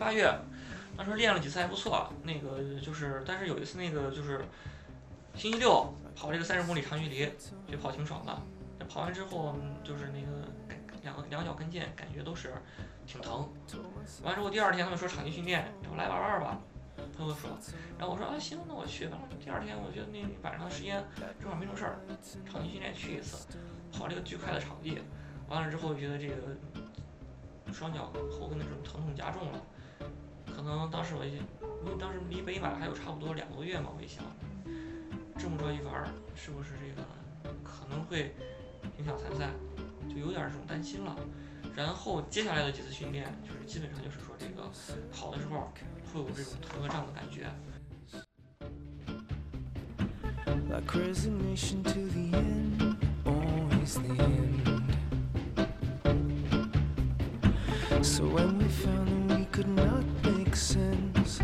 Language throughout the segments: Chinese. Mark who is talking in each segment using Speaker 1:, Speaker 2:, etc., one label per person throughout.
Speaker 1: 八月，当时练了几次还不错。那个就是，但是有一次那个就是星期六跑这个三十公里长距离，就跑挺爽的。这跑完之后嗯就是那个感两个两个脚跟腱感觉都是挺疼。完之后第二天他们说场地训练，我来玩玩吧。他们说，然后我说啊行，那我去。完了第二天我觉得那晚上的时间正好没什么事儿，场地训练去一次，跑这个巨快的场地。完了之后觉得这个双脚后跟的这种疼痛加重了，可能当时我已经，因为当时离北马还有差不多两个多月嘛，我一想，这么着一玩儿，是不是这个可能会影响参赛，就有点儿这种担心了。然后接下来的几次训练，就是基本上就是说这个跑的时候会有这种头和胀的感觉，
Speaker 2: Like resignation to the end, always the end. So when we found that we could not make sense,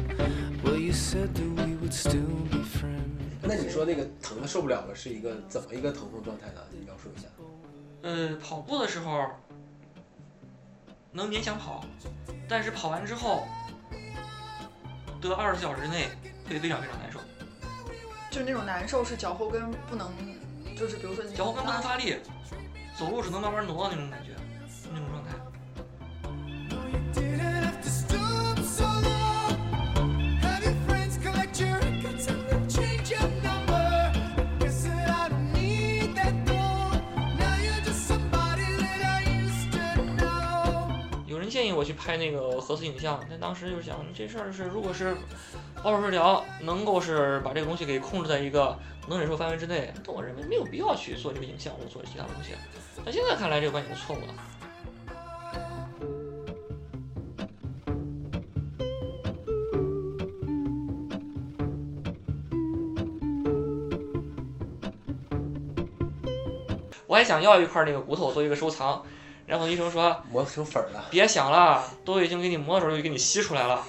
Speaker 2: well, you said that we would still be friends.
Speaker 3: 那你说那个疼的受不了了，是一个怎么一个疼痛状态呢？你描述一下。
Speaker 1: 呃，跑步的时候能勉强跑，但是跑完之后得二十四小时内会非常非常难受，
Speaker 4: 就是那种难受是脚后跟不能，就是比如说你
Speaker 1: 脚后跟不能发力，走路只能慢慢挪的那种感觉，那种状态。
Speaker 5: Didn't have to stoop so long. Have your friends collect your records and then change your number. Guess that I don't need that goal. Now you're just somebody that I used to know.
Speaker 1: 有人建议我去拍那个核磁影像，但当时就是想这事儿是，如果是奥数治疗能够是把这个东西给控制在一个能忍受范围之内，那我认为没有必要去做这个影像或者做其他东西。但现在看来，这个观点是错误的。我还想要一块那个骨头做一个收藏，然后医生说
Speaker 3: 磨成粉儿了，
Speaker 1: 别想了，都已经给你磨的时候就给你吸出来了。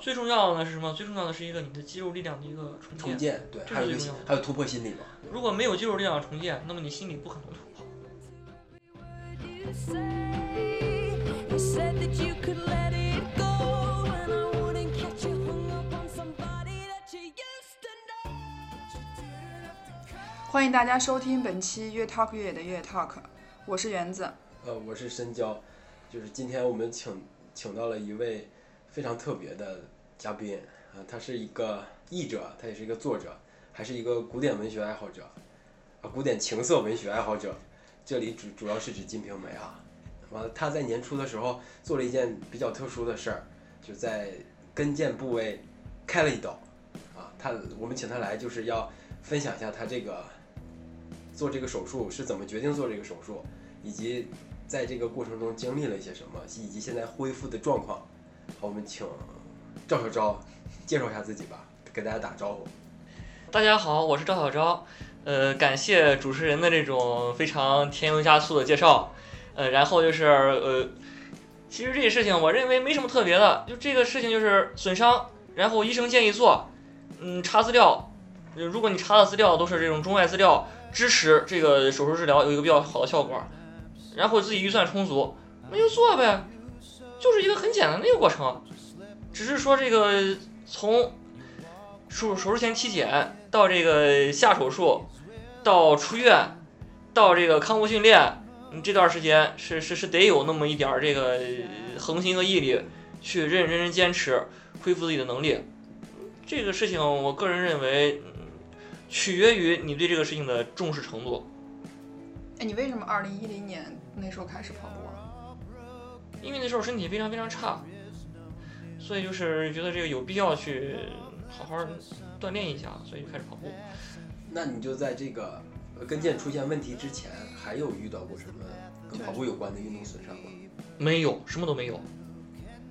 Speaker 1: 最重要的是什么？最重要的是一个你的肌肉力量的一个重建。
Speaker 3: 重建对，
Speaker 1: 这
Speaker 3: 还有一
Speaker 1: 是
Speaker 3: 个
Speaker 1: 最
Speaker 3: 心
Speaker 1: 重要的
Speaker 3: 还有突破心理嘛。
Speaker 1: 如果没有肌肉力量的重建，那么你心里不可能突破。
Speaker 5: You say you said that you could let it go, and I wouldn't catch you hung up on somebody that you used to know.
Speaker 4: 欢迎大家收听本期越 talk 越野的越 talk，我是园子。
Speaker 3: 呃，我是深交，就是今天我们请请到了一位非常特别的嘉宾啊、他是一个译者，他也是一个作者，还是一个古典文学爱好者，啊，古典情色文学爱好者。这里主主要是指《金瓶梅》啊。完了，他在年初的时候做了一件比较特殊的事儿，就在跟腱部位开了一刀啊。他我们请他来就是要分享一下他这个做这个手术是怎么决定做这个手术，以及在这个过程中经历了一些什么，以及现在恢复的状况。好，我们请赵小昭介绍一下自己吧，给大家打招呼。
Speaker 1: 大家好，我是赵小昭，呃，感谢主持人的这种非常添油加醋的介绍，呃，然后就是呃，其实这些事情我认为没什么特别的，就这个事情就是损伤，然后医生建议做，嗯，查资料，呃如果你查的资料都是这种中外资料支持这个手术治疗有一个比较好的效果，然后自己预算充足，那就做呗，就是一个很简单的一个过程，只是说这个从手手术前体检，到这个下手术，到出院，到这个康复训练，嗯，这段时间是是是得有那么一点儿这个呃恒心和毅力，去认认真真坚持，恢复自己的能力。这个事情，我个人认为，嗯取决于你对这个事情的重视程度。
Speaker 4: 哎，你为什么二零一零年那时候开始跑步啊？
Speaker 1: 因为那时候身体非常非常差，所以就是觉得这个有必要去好好锻炼一下，所以就开始跑步。
Speaker 3: 那你就在这个呃跟腱出现问题之前，还有遇到过什么跟跑步有关的运动损伤吗？
Speaker 1: 没有，什么都没有。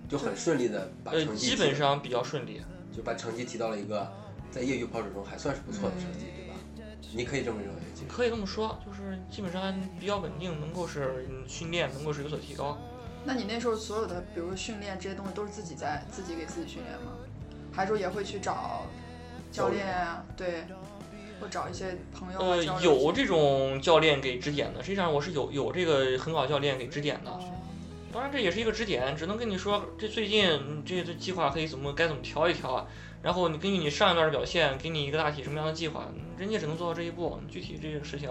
Speaker 3: 就很顺利的把
Speaker 1: 呃，
Speaker 3: 成绩
Speaker 1: 基
Speaker 3: 提
Speaker 1: 本上比较顺利。
Speaker 3: 就把成绩提到了一个在业余跑者中还算是不错的成绩，对吧？你可以这么认为，其实
Speaker 1: 可以这么说，就是基本上比较稳定，能够是嗯训练能够是有所提高。
Speaker 4: 那你那时候所有的，比如说训练这些东西，都是自己在自己给自己训练吗？还是说也会去找教练啊？对，或找一些朋友啊
Speaker 1: 呃
Speaker 4: 交，流一
Speaker 1: 有
Speaker 4: 下
Speaker 1: 这种教练给指点的，实际上我是有有这个很好教练给指点的。
Speaker 4: 哦
Speaker 1: 当然这也是一个指点，只能跟你说这最近你这这计划可以怎么该怎么调一调啊。然后你根据你上一段的表现，给你一个大体什么样的计划，人家只能做到这一步。具体这个事情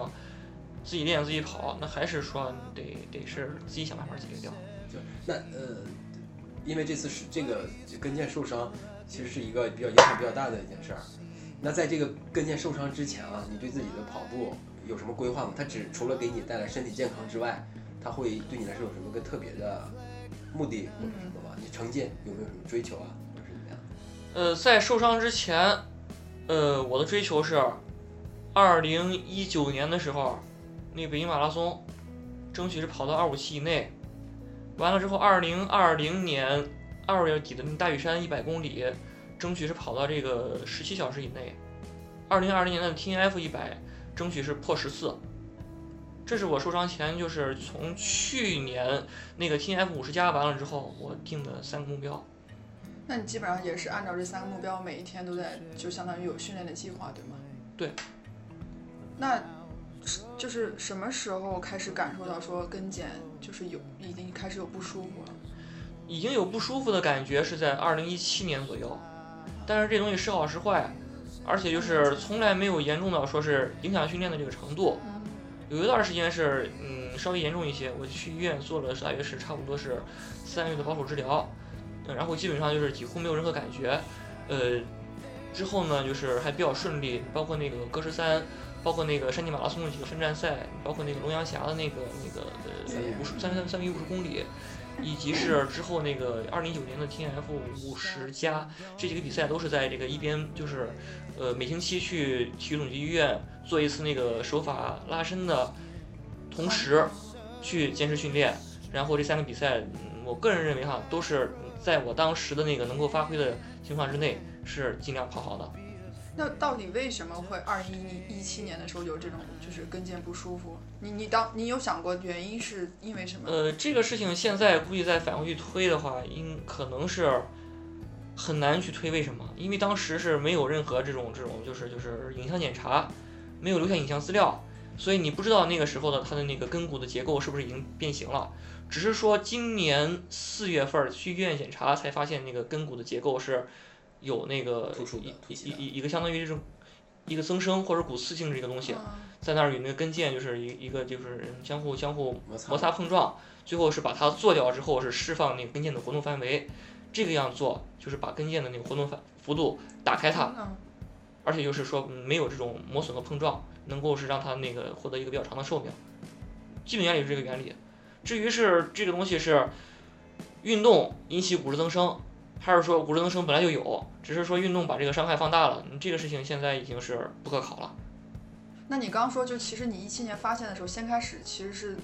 Speaker 1: 自己练自己跑，那还是说你得得是自己想办法解决掉。
Speaker 3: 就那呃，因为这次是这个跟腱受伤，其实是一个比较影响比较大的一件事儿。那在这个跟腱受伤之前啊，你对自己的跑步有什么规划吗？它只除了给你带来身体健康之外，它会对你来说有什么个特别的目的或者什么吗？你成绩有没有什么追求啊，或者是怎么样？
Speaker 1: 呃，在受伤之前，呃，我的追求是，二零一九年的时候，那北京马拉松，争取是跑到二五七以内。完了之后，二零二零年二月底的那大屿山一百公里，争取是跑到这个十七小时以内。二零二零年的 T N F 一百，争取是破十四。这是我受伤前，就是从去年那个 T N F 五十加完了之后，我定的三个目标。
Speaker 4: 那你基本上也是按照这三个目标，每一天都在，就相当于有训练的计划，对吗？
Speaker 1: 对。
Speaker 4: 那是就是什么时候开始感受到说跟腱就是有已经开始有不舒服了？
Speaker 1: 已经有不舒服的感觉是在二零一七年左右，但是这东西时好时坏，啊而且就是从来没有严重到说是影响训练的这个程度。
Speaker 4: 嗯，
Speaker 1: 有一段时间是，嗯，稍微严重一些，我去医院做了大约是差不多是三个月的保守治疗，嗯，然后基本上就是几乎没有任何感觉，呃，之后呢就是还比较顺利，包括那个歌十三，包括那个山地马拉松的几个分站赛，包括那个龙阳峡的那个那个呃
Speaker 3: 三米
Speaker 1: 五十三三三米五十公里，以及是之后那个二零一九年的 T N F 五十加这几个比赛都是在这个一边就是呃每星期去体育总局医院做一次那个手法拉伸的，同时去坚持训练。然后这三个比赛，嗯我个人认为哈，都是在我当时的那个能够发挥的情况之内，是尽量跑好的。
Speaker 4: 那到底为什么会二一一七年的时候有这种就是跟腱不舒服？你你当你有想过原因是因为什么？
Speaker 1: 呃，这个事情现在估计再返回去推的话，应可能是很难去推为什么，因为当时是没有任何这种这种就是就是影像检查，没有留下影像资料，所以你不知道那个时候的它的那个根骨的结构是不是已经变形了。只是说今年四月份儿去医院检查才发现那个根骨的结构是有那个
Speaker 3: 突出的
Speaker 1: 一
Speaker 3: 凸起
Speaker 1: 一
Speaker 3: 的
Speaker 1: 一一个相当于这种一个增生或者骨刺性质一个东西，
Speaker 4: 嗯
Speaker 1: 在那儿与那个跟腱就是一一个就是相互相互
Speaker 3: 摩擦
Speaker 1: 摩擦碰撞，最后是把它做掉之后是释放那个跟腱的活动范围，这个样做就是把跟腱的那个活动范幅度打开它，
Speaker 4: 嗯
Speaker 1: 而且就是说嗯没有这种磨损和碰撞，能够是让它那个获得一个比较长的寿命。基本原理是这个原理。至于是这个东西是运动引起骨质增生，还是说骨质增生本来就有，只是说运动把这个伤害放大了，嗯这个事情现在已经是不可考了。
Speaker 4: 那你刚说，就其实你一七年发现的时候，先开始其实是，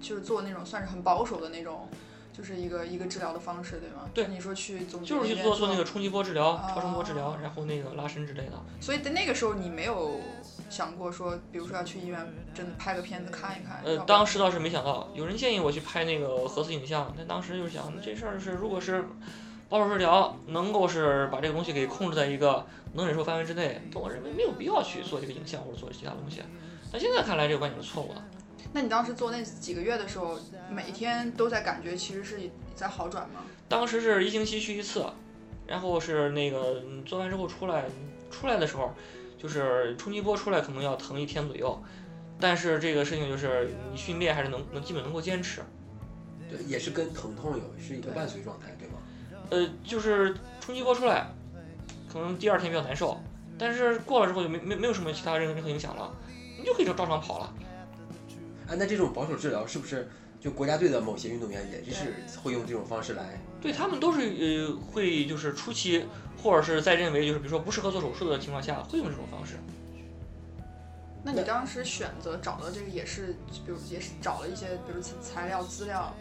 Speaker 4: 就是做那种算是很保守的那种，就是一个一个治疗的方式，对吗？
Speaker 1: 对
Speaker 4: 你说去总结
Speaker 1: 就是
Speaker 4: 里
Speaker 1: 去
Speaker 4: 面
Speaker 1: 做做那个，冲击波治疗、
Speaker 4: 哦
Speaker 1: 超声波治疗，然后那个拉伸之类的。
Speaker 4: 所以在那个时候你没有想过说，比如说要去医院真的拍个片子看一看。
Speaker 1: 呃
Speaker 4: 要，不
Speaker 1: 当时倒是没想到，有人建议我去拍那个核磁影像，但当时就想这事儿是如果是保守治疗，能够是把这个东西给控制在一个能忍受范围之内，但我认为没有必要去做这个影像或者做其他东西。但现在看来，这个观点是错误的。
Speaker 4: 那你当时做那几个月的时候，每天都在感觉其实是在好转吗？
Speaker 1: 当时是一星期去一次，然后是那个嗯做完之后出来，出来的时候就是冲击波出来可能要疼一天左右，但是这个事情就是你训练还是能能基本能够坚持。
Speaker 3: 对，也是跟疼痛有是一个
Speaker 4: 对
Speaker 3: 伴随状态，对吗？
Speaker 1: 呃，就是冲击波出来，可能第二天比较难受，但是过了之后就没没没有什么其他任何任何影响了，你就可以照照常跑了。
Speaker 3: 啊，那这种保守治疗是不是就国家队的某些运动员也是会用这种方式来？
Speaker 1: 对他们都是呃会就是初期或者是在认为就是比如说不适合做手术的情况下会用这种方式。
Speaker 4: 那你当时选择找的这个也是，比如也是找了一些，比如材料资料，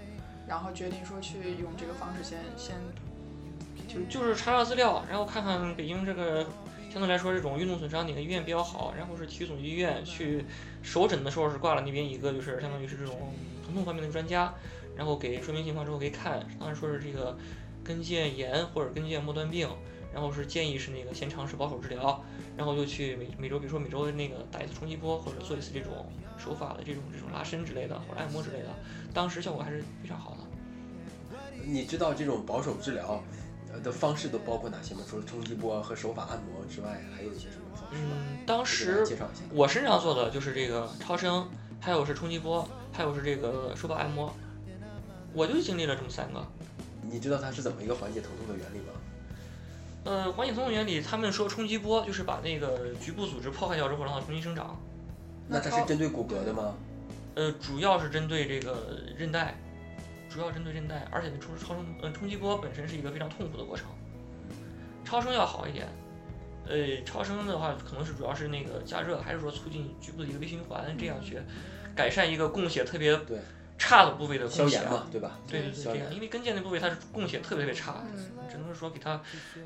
Speaker 4: 然后决定说去用这个方式先先
Speaker 1: 就就是查查资料，然后看看北京这个相对来说这种运动损伤哪个医院比较好，然后是体育总局医院去首诊的时候是挂了那边一个就是相当于是这种疼痛方面的专家，然后给说明情况之后给看，当时说是这个跟腱炎或者跟腱末端病，然后是建议是那个先尝试保守治疗，然后就去每每周，比如说每周那个打一次冲击波，或者做一次这种手法的这种这种拉伸之类的，或者按摩之类的，当时效果还是非常好的。
Speaker 3: 你知道这种保守治疗呃的方式都包括哪些吗？除了冲击波和手法按摩之外，还有一些什么方式吗？
Speaker 1: 嗯，当
Speaker 3: 给大家
Speaker 1: 时
Speaker 3: 介绍一下。
Speaker 1: 我身上做的就是这个超声，还有是冲击波，还有是这个手法按摩，我就经历了这么三个。
Speaker 3: 你知道它是怎么一个缓解疼痛的原理吗？
Speaker 1: 呃，缓解疼痛原理，他们说冲击波就是把那个局部组织破坏掉之后，让它重新生长。
Speaker 3: 那
Speaker 4: 那
Speaker 3: 它
Speaker 4: 超
Speaker 3: 是针对骨骼的吗？
Speaker 1: 呃，主要是针对这个韧带，主要针对韧带，而且冲超声呃冲击波本身是一个非常痛苦的过程，超声要好一点。呃，超声的话，可能是主要是那个加热，还是说促进局部的一个微循环，这样去改善一个供血特别
Speaker 3: 对
Speaker 1: 差的部位的供
Speaker 3: 消
Speaker 1: 血啊
Speaker 3: 炎嘛，对吧？
Speaker 1: 对对对，
Speaker 3: 消
Speaker 1: 这样，
Speaker 3: 炎。
Speaker 1: 因为跟腱那部位它是供血特别特别差，
Speaker 4: 嗯，
Speaker 1: 只能是说给它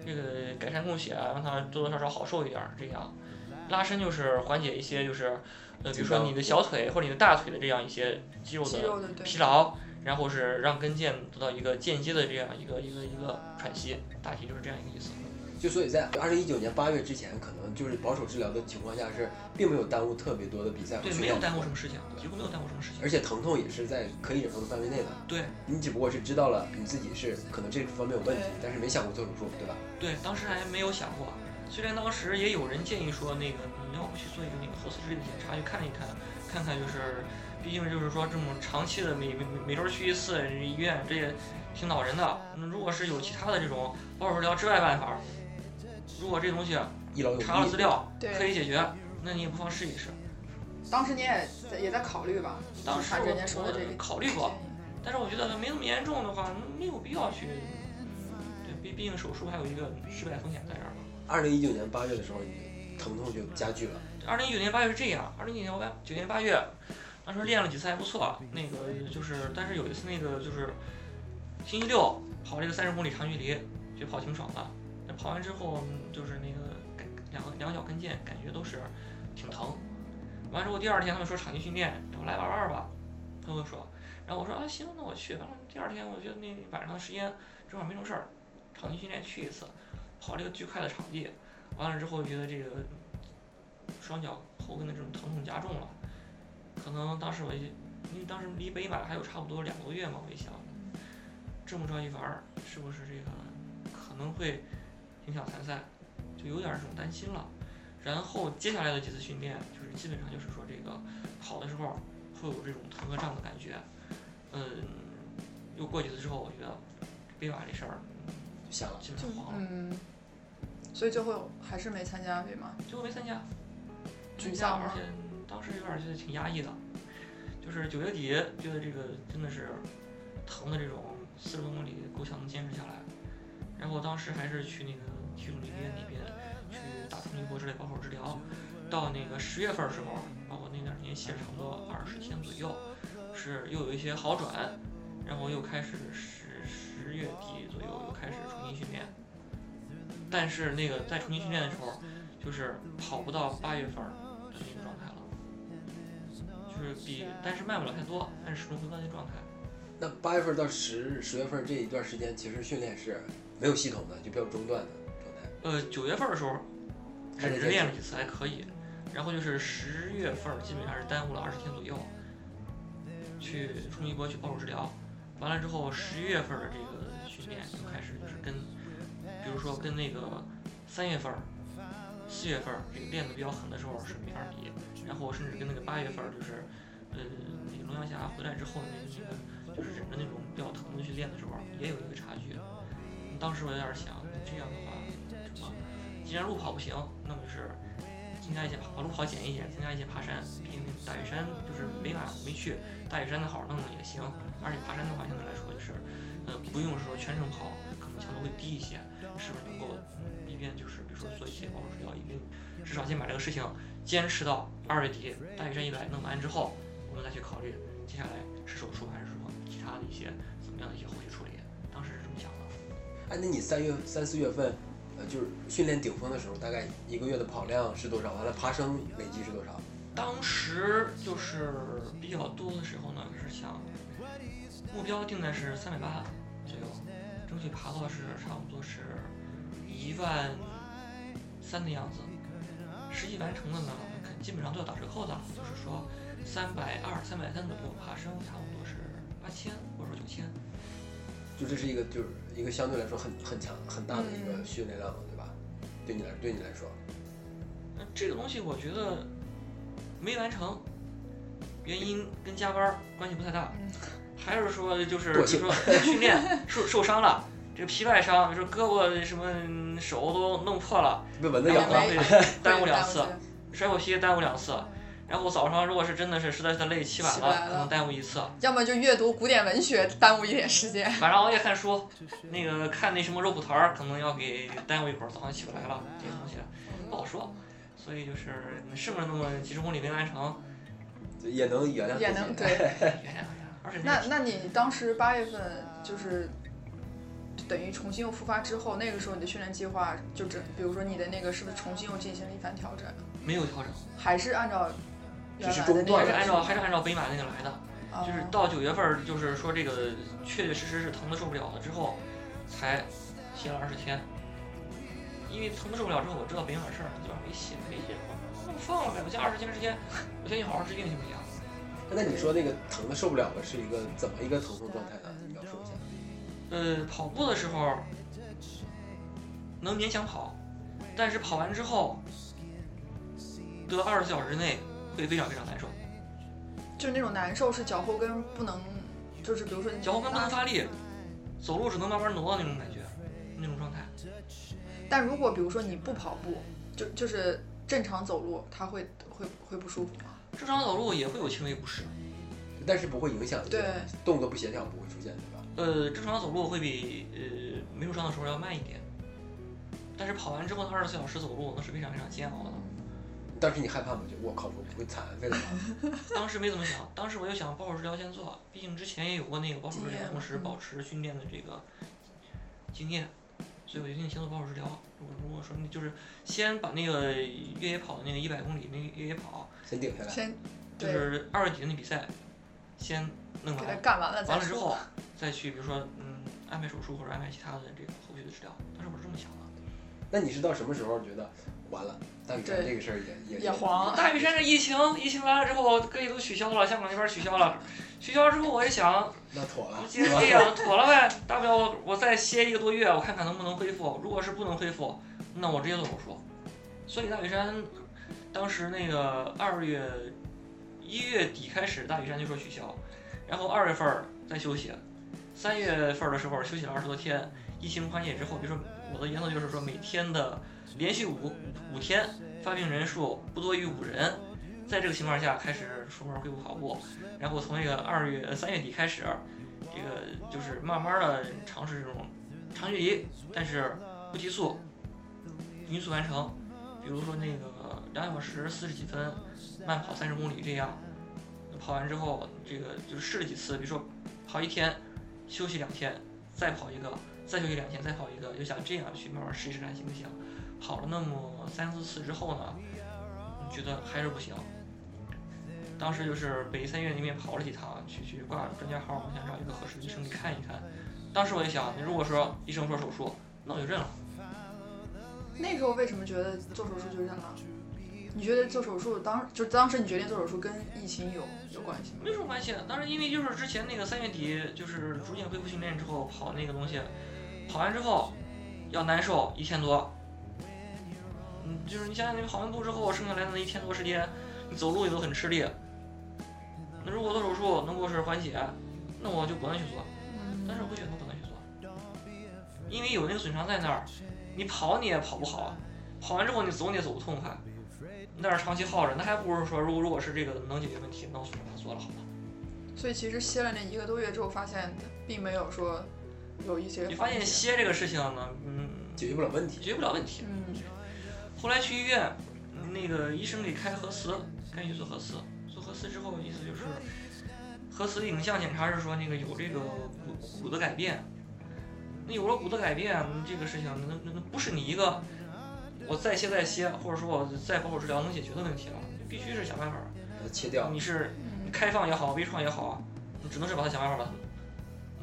Speaker 1: 这个改善供血啊，让它多多少少好受一点儿。这样，拉伸就是缓解一些就是，呃，比如说你的小腿或者你的大腿的这样一些肌肉
Speaker 4: 肌
Speaker 1: 的
Speaker 4: 肉的对，
Speaker 1: 疲劳，然后是让跟腱得到一个间接的这样一个一个一个喘息，大体就是这样一个意思。
Speaker 3: 就所以在二零一九年八月之前，可能就是保守治疗的情况下是并没有耽误特别多的比赛和
Speaker 1: 对，
Speaker 3: 训
Speaker 1: 没
Speaker 3: 练
Speaker 1: 有，耽误什么事情，几乎没有耽误什么事情。
Speaker 3: 而且疼痛也是在可以忍受的范围内的。
Speaker 1: 对
Speaker 3: 你只不过是知道了你自己是可能这方面有问题
Speaker 4: 对，
Speaker 3: 但是没想过做手术，对吧？
Speaker 1: 对，当时还没有想过，啊虽然当时也有人建议说那个你要去做一个那个核磁之类的检查去看一看，看看就是，毕竟就是说这种长期的每每每周去一次医院，这也挺恼人的。那如果是有其他的这种保守治疗之外办法，如果这东西啊
Speaker 3: 一劳永逸。
Speaker 1: 查了资料
Speaker 4: 对
Speaker 1: 可以解决，那你也不妨试一试。
Speaker 4: 当时你也在也在考虑吧？
Speaker 1: 当时
Speaker 4: 看人家
Speaker 1: 我
Speaker 4: 说的这个
Speaker 1: 我考虑过，但是我觉得没那么严重的话，没有必要去。对，毕毕竟手术还有一个失败风险在这儿嘛。
Speaker 3: 二零一九年八月的时候，你疼痛就加剧了，
Speaker 1: 二零一九年八月是这样，二零一九年八九年八月，当时练了几次还不错，那个就是，但是有一次那个就是星期六跑这个三十公里长距离，就跑挺爽的。那跑完之后嗯就是那个感两个两个脚跟腱感觉都是挺疼。完之后第二天他们说场地训练，我来玩玩吧，他们说，然后我说啊行，那我去。完了第二天我觉得那晚上的时间正好没什么事儿，场地训练去一次，跑这个巨快的场地。完了之后觉得这个双脚后跟的这种疼痛加重了，可能当时我也因为当时离北马还有差不多两个多月嘛，我一想，这么着一玩儿，是不是这个可能会影响参赛，就有点儿这种担心了。然后接下来的几次训练，就是基本上就是说这个跑的时候会有这种疼和胀的感觉，嗯，又过几次之后，我觉得北马这事儿
Speaker 3: 就下了。
Speaker 1: 基本
Speaker 4: 就
Speaker 1: 上黄了，
Speaker 4: 嗯，所以最后还是没参加对吗？
Speaker 1: 最后没参加。
Speaker 4: 沮丧
Speaker 1: 而
Speaker 4: 吗
Speaker 1: 且？当时有点儿觉得挺压抑的，就是九月底觉得这个真的是疼的这种四十多公里够呛能坚持下来，然后当时还是去那个体育里边那边去打冲击波之类保守治疗，到那个十月份儿的时候，把我那两天歇了差不多二十天左右，是又有一些好转，然后又开始十十月底左右又开始重新训练，但是那个在重新训练的时候，就是跑不到八月份儿的那个状态了，就是比但是卖不了太多，但是始终回到那状态。
Speaker 3: 那八月份到十十月份这一段时间，其实训练是没有系统的，就比较中断的状态。
Speaker 1: 呃，九月份儿的时候，
Speaker 3: 还得
Speaker 1: 只
Speaker 3: 坚持
Speaker 1: 练了几次还可以，然后就是十月份儿基本上是耽误了二十天左右，去冲一波去保守治疗，完了之后十一月份儿的这个训练就开始就是跟，比如说跟那个三月份儿、四月份儿这个练的比较狠的时候是没法比，然后甚至跟那个八月份儿就是，呃，那个龙阳峡回来之后那个那个就是忍着那种比较疼的去练的时候也有一个差距，当时我有点儿想这样的话什么。既然路跑不行，那么就是增加一些把路跑减一减，增加一些爬山。毕竟大屿山就是没法没去，大屿山的好好弄弄也行。而且爬山的话，相对来说就是，呃，不用说全程跑，可能强度会低一些。是不是能够嗯一边就是比如说做一些保守治疗，一边至少先把这个事情坚持到二月底大屿山一来弄完之后，我们再去考虑接下来是手术还是说其他的一些怎么样的一些后续处理。当时是这么想的。
Speaker 3: 哎，那你三月三四月份，呃，就是训练顶峰的时候，大概一个月的跑量是多少？完了，爬升累计是多少？
Speaker 1: 当时就是比较多的时候呢，是想目标定的是三百八左右，争取爬到是差不多是一一万三的样子，实际完成的呢，我们看基本上都要打折扣的，就是说三百二、三百三左右，爬升差不多是八千或者说九千。
Speaker 3: 就这是一个就是一个相对来说很很强很大的一个
Speaker 4: 嗯
Speaker 3: 训练量，对吧？对你来对你来说，
Speaker 1: 那这个东西我觉得没完成，原因跟加班儿关系不太大，
Speaker 4: 嗯
Speaker 1: 还是说就是
Speaker 3: 惰
Speaker 1: 就
Speaker 3: 性
Speaker 1: 是说训练受受伤了，这皮外伤，比如说胳膊什么手都弄破了，
Speaker 3: 被蚊子
Speaker 1: 然
Speaker 3: 咬
Speaker 1: 后
Speaker 4: 哎
Speaker 3: 了，
Speaker 1: 会 耽误两次，摔过皮耽误两次。然后早上如果是真的是实在是累起晚
Speaker 4: 起晚
Speaker 1: 了，
Speaker 4: 了
Speaker 1: 可能耽误一次。
Speaker 4: 要么就阅读古典文学，耽误一点时间。
Speaker 1: 晚上熬夜看书，那个看那什么肉蒲团儿，可能要给耽误一会儿，早上起不来了，这些东西不好说。所以就是你是不是那么几十公里没完成，
Speaker 3: 就也能原谅自己
Speaker 4: 也能 对。
Speaker 1: 原谅一下。而且
Speaker 4: 那那你当时八月份就是等于重新又复发之后，那个时候你的训练计划就只，比如说你的那个是不是重新又进行了一番调整，
Speaker 1: 没有调整，
Speaker 4: 还是按照原
Speaker 3: 只是
Speaker 4: 来的
Speaker 3: 中
Speaker 1: 还
Speaker 3: 断
Speaker 4: 那个
Speaker 1: 是
Speaker 3: 了
Speaker 1: 按照还是按照北马那个来的，
Speaker 4: 啊
Speaker 1: 就是到九月份儿，就是说这个确确实实是疼的受不了了之后，才歇了二十天。因为疼的受不了之后，我知道北马事儿，基本上没歇没歇，我放了呗，我加二十天时间， 我先去好好治病行不行？
Speaker 3: 那你说那个疼的受不了了，是一个怎么一个疼痛状态呢？你描述一下。
Speaker 1: 呃，跑步的时候能勉强跑，但是跑完之后得二十四小时内会非常非常难受，
Speaker 4: 就是那种难受是脚后跟不能，就是比如说你啊
Speaker 1: 脚后跟不能
Speaker 4: 拉
Speaker 1: 发力，走路只能慢慢挪的那种感觉，那种状态。
Speaker 4: 但如果比如说你不跑步，就就是正常走路，它会会会不舒服吗？
Speaker 1: 正常走路也会有轻微不适，
Speaker 3: 但是不会影响你
Speaker 4: 对，
Speaker 3: 动作不协调不会出现，对吧？
Speaker 1: 呃，正常走路会比呃没受伤的时候要慢一点，但是跑完之后的二十四小时走路那是非常非常煎熬的。
Speaker 3: 当时你害怕吗？就我靠，我不会残 废了吧？
Speaker 1: 当时没怎么想，当时我就想保守治疗先做，毕竟之前也有过那个保守治疗，
Speaker 4: 经验
Speaker 1: 同时
Speaker 4: 嗯
Speaker 1: 保持训练的这个经验，所以我决定先做保守治疗。如果如果说那就是先把那个越野跑的那个一百公里那个越野跑，
Speaker 3: 先顶下来。
Speaker 4: 先
Speaker 1: 就
Speaker 4: 对
Speaker 1: 是二十几人的比赛，先弄
Speaker 4: 给它
Speaker 1: 完，
Speaker 4: 干完了再
Speaker 1: 完了之
Speaker 4: 说
Speaker 1: 后再去比如说嗯安排手术或者安排其他的这个后续的治疗。当时我是这么想的。
Speaker 3: 那你是到什么时候觉得完了？大雨山
Speaker 4: 对
Speaker 3: 这个事儿也也
Speaker 4: 也黄
Speaker 1: 大屿山这疫情，疫情完了之后，各地都取消了，香港那边取消了，取消之后我一想，
Speaker 3: 那妥了
Speaker 1: 啊我，既然这样，妥了呗，大不了我我再歇一个多月，我看看能不能恢复。如果是不能恢复，那我直接做手术。所以大屿山当时那个二月一月底开始，大屿山就说取消，然后二月份儿再休息，三月份儿的时候休息了二十多天，疫情缓解之后，比如说我的原则就是说每天的连续五五天发病人数不多于五人。在这个情况下，开始出门恢复跑步，然后从那个二月三月底开始，这个就是慢慢的尝试这种长距离，但是不提速，匀速完成。比如说那个两小时四十几分，慢跑三十公里这样，跑完之后，这个就是试了几次，比如说跑一天，休息两天，再跑一个，再休息两天，再跑一个，就想这样去慢慢试一试看行不行。跑了那么三四次之后呢，嗯觉得还是不行。当时就是北医三院那边跑了几趟，去去挂了专家号，我想找一个合适的医生去看一看。当时我就想，如果说医生说手术，那我就认了。
Speaker 4: 那时候为什么觉得做手术就认了？你觉得做手术当就当时你决定做手术跟疫情有有关系吗？
Speaker 1: 没什么关系。当时因为就是之前那个三月底，就是逐渐恢复训练之后跑那个东西，跑完之后要难受一千多。嗯，就是你想想，你跑完步之后剩下来的那一千多时间，你走路也都很吃力。那如果做手术能够是缓解，那我就不能去做。但是我觉得我不能去做，因为有那个损伤在那儿，你跑你也跑不好，跑完之后你走你也走不痛快。你在那儿长期耗着，那还不如说，如果如果是这个能解决问题，那我就把它做了好了。
Speaker 4: 所以其实歇了那一个多月之后，发现并没有说有一些
Speaker 1: 你发现
Speaker 4: 缓解
Speaker 1: 歇这个事情呢，嗯，
Speaker 3: 解决不了问
Speaker 1: 解
Speaker 3: 题。
Speaker 1: 决不了问题。
Speaker 4: 嗯
Speaker 1: 后来去医院，那个医生给开核磁，开去做核磁。做核磁之后，意思就是核磁影像检查是说那个有这个骨骨的改变。那有了骨的改变，这个事情那那那不是你一个我再歇再歇，或者说我再保守治疗能解决的问题了，必须是想办法儿。
Speaker 3: 把它切掉，
Speaker 1: 你是
Speaker 4: 嗯，
Speaker 1: 开放也好，微创也好，啊你只能是把它想办法把它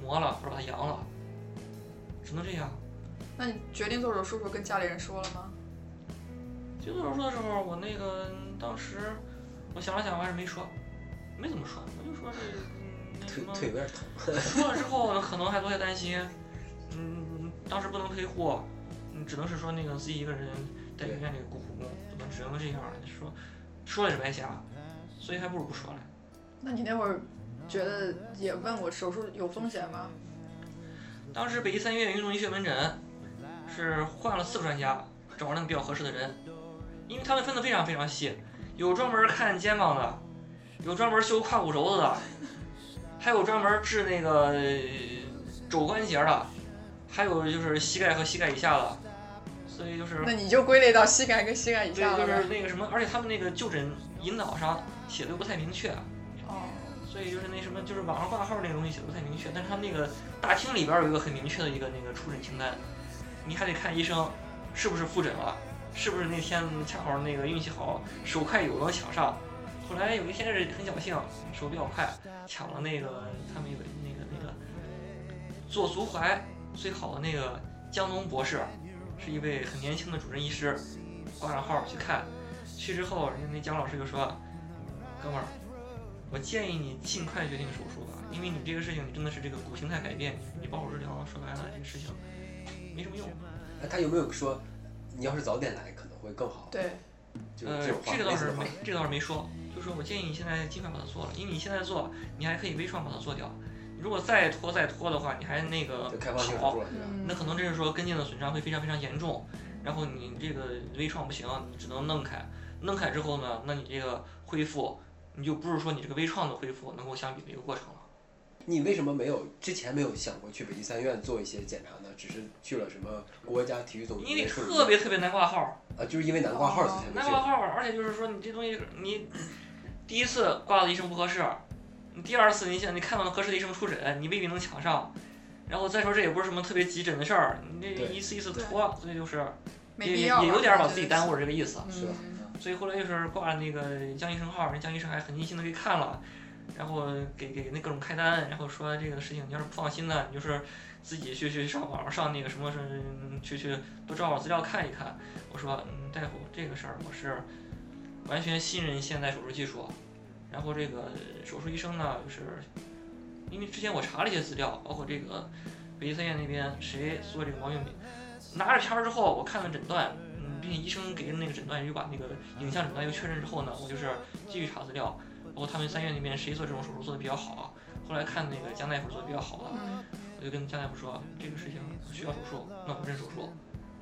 Speaker 1: 磨了，或者把它扬了，只能这样。
Speaker 4: 那你决定做手术时候跟家里人说了吗？
Speaker 1: 决定手术的时候，我那个当时我想了想，我还是没说，没怎么说，我就说是嗯那什
Speaker 3: 腿
Speaker 1: 么。
Speaker 3: 腿有点疼。
Speaker 1: 说了之后，可能还多些担心。嗯，当时不能退货，嗯，只能是说那个自己一个人在医院里孤苦工，怎么只能这样了？说说了也是白瞎，所以还不如不说了。
Speaker 4: 那你那会儿觉得也问我手术有风险吗？
Speaker 1: 当时北医三院有一种医学门诊，是换了四个专家，找那个比较合适的人，因为他们分的非常非常细，有专门看肩膀的，有专门修胯骨轴子的，还有专门治那个呃肘关节的，还有就是膝盖和膝盖以下的，所以就是
Speaker 4: 那你就归类到膝盖跟膝盖以
Speaker 1: 对，
Speaker 4: 下
Speaker 1: 就
Speaker 4: 了
Speaker 1: 是
Speaker 4: 呗。
Speaker 1: 那个什么，而且他们那个就诊引导上写的又不太明确，
Speaker 4: 哦，
Speaker 1: 所以就是那什么，就是网上挂号那个东西写的不太明确，但是他那个大厅里边有一个很明确的一个那个出诊清单，你还得看医生是不是复诊了，是不是那天恰好那个运气好，手快有能抢上。后来有一天是很侥幸，手比较快，抢了那个他们有那个那个做足踝最好的那个江龙博士，是一位很年轻的主任医师，挂上号去看，去之后人家那姜老师就说，哥们儿。我建议你尽快决定手术吧，因为你这个事情，你真的是这个骨形态改变，你保守治疗，说白了这个事情没什么用。
Speaker 3: 哎，他有没有说，你要是早点来可能会更好？，
Speaker 4: 对，
Speaker 3: 就是
Speaker 1: 呃
Speaker 3: 这种，话，
Speaker 1: 这个
Speaker 3: 类
Speaker 1: 倒
Speaker 3: 似
Speaker 1: 是
Speaker 3: 的话
Speaker 1: 没，这个倒是没说，就是我建议你现在尽快把它做了，因为你现在做，你还可以微创把它做掉。如果再拖再拖的话，你还那个
Speaker 3: 就开放性手术
Speaker 1: 跑，
Speaker 3: 了，是吧？
Speaker 1: 嗯
Speaker 4: 嗯
Speaker 1: 那可能这是说跟腱的损伤会非常非常严重，然后你这个微创不行，你只能弄开，弄开之后呢，那你这个恢复，你就不是说你这个微创的恢复能够相比的一个过程了。
Speaker 3: 你为什么没有之前没有想过去北医三院做一些检查呢？只是去了什么国家体育总局
Speaker 1: 因为
Speaker 3: 那处理
Speaker 1: 特别特别难挂号，
Speaker 3: 啊，就是因为难
Speaker 4: 哦
Speaker 3: 挂号所以才没
Speaker 1: 难
Speaker 3: 去。
Speaker 1: 挂号，而且就是说你这东西你第一次挂的医生不合适，你第二次你想你看到了合适的医生出诊，你未必能抢上。然后再说这也不是什么特别急诊的事儿，你这
Speaker 3: 对
Speaker 1: 一次一次拖，所以就是
Speaker 4: 没
Speaker 1: 也
Speaker 4: 必
Speaker 1: 也
Speaker 4: 要吧。
Speaker 1: 也有点儿把
Speaker 4: 我觉
Speaker 1: 自己
Speaker 4: 得
Speaker 1: 耽误了这个意思。
Speaker 3: 是吧？
Speaker 4: 嗯
Speaker 3: 啊
Speaker 1: 所以后来就是挂了那个江医生号，人江医生还很尽心的给看了，然后给给那各种开单，然后说这个事情你要是不放心呢，你就是自己去去上网上上那个什么是去去多找找资料看一看。我说嗯，大夫这个事儿我是完全信任现代手术技术，然后这个手术医生呢，就是因为之前我查了一些资料，包括这个北医三院那边谁做这个毛病没拿着片儿之后，我看了诊断，嗯，并且医生给的那个诊断又把那个影像诊断又确认之后呢，我就是继续查资料，包括他们三院那边谁做这种手术做的比较好啊。后来看那个江大夫做的比较好啊了，
Speaker 4: 嗯
Speaker 1: 我就跟江大夫说这个事情需要手术，那我们认手术。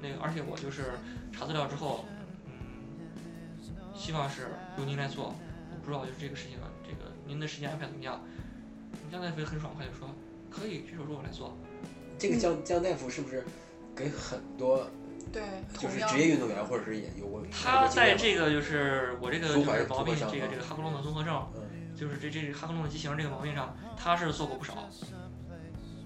Speaker 1: 那个而且我就是查资料之后，嗯，希望是由您来做。我不知道就是这个事情，啊这个您的时间安排怎么样？江大夫也很爽快就说可以，这手术我来做。
Speaker 3: 这个江江大夫是不是给很多
Speaker 4: 对，
Speaker 3: 就
Speaker 4: 同
Speaker 3: 是
Speaker 4: 样
Speaker 3: 职业运动员或者是也有过
Speaker 1: 他在
Speaker 3: 经验
Speaker 1: 这个就是我这个
Speaker 3: 综
Speaker 1: 就
Speaker 3: 合
Speaker 1: 是毛病，
Speaker 3: 综合
Speaker 1: 这个
Speaker 3: 上
Speaker 1: 这个哈克隆的综合症
Speaker 3: 吧，嗯，
Speaker 1: 就是这这个哈克隆的畸形这个毛病上，他是做过不少。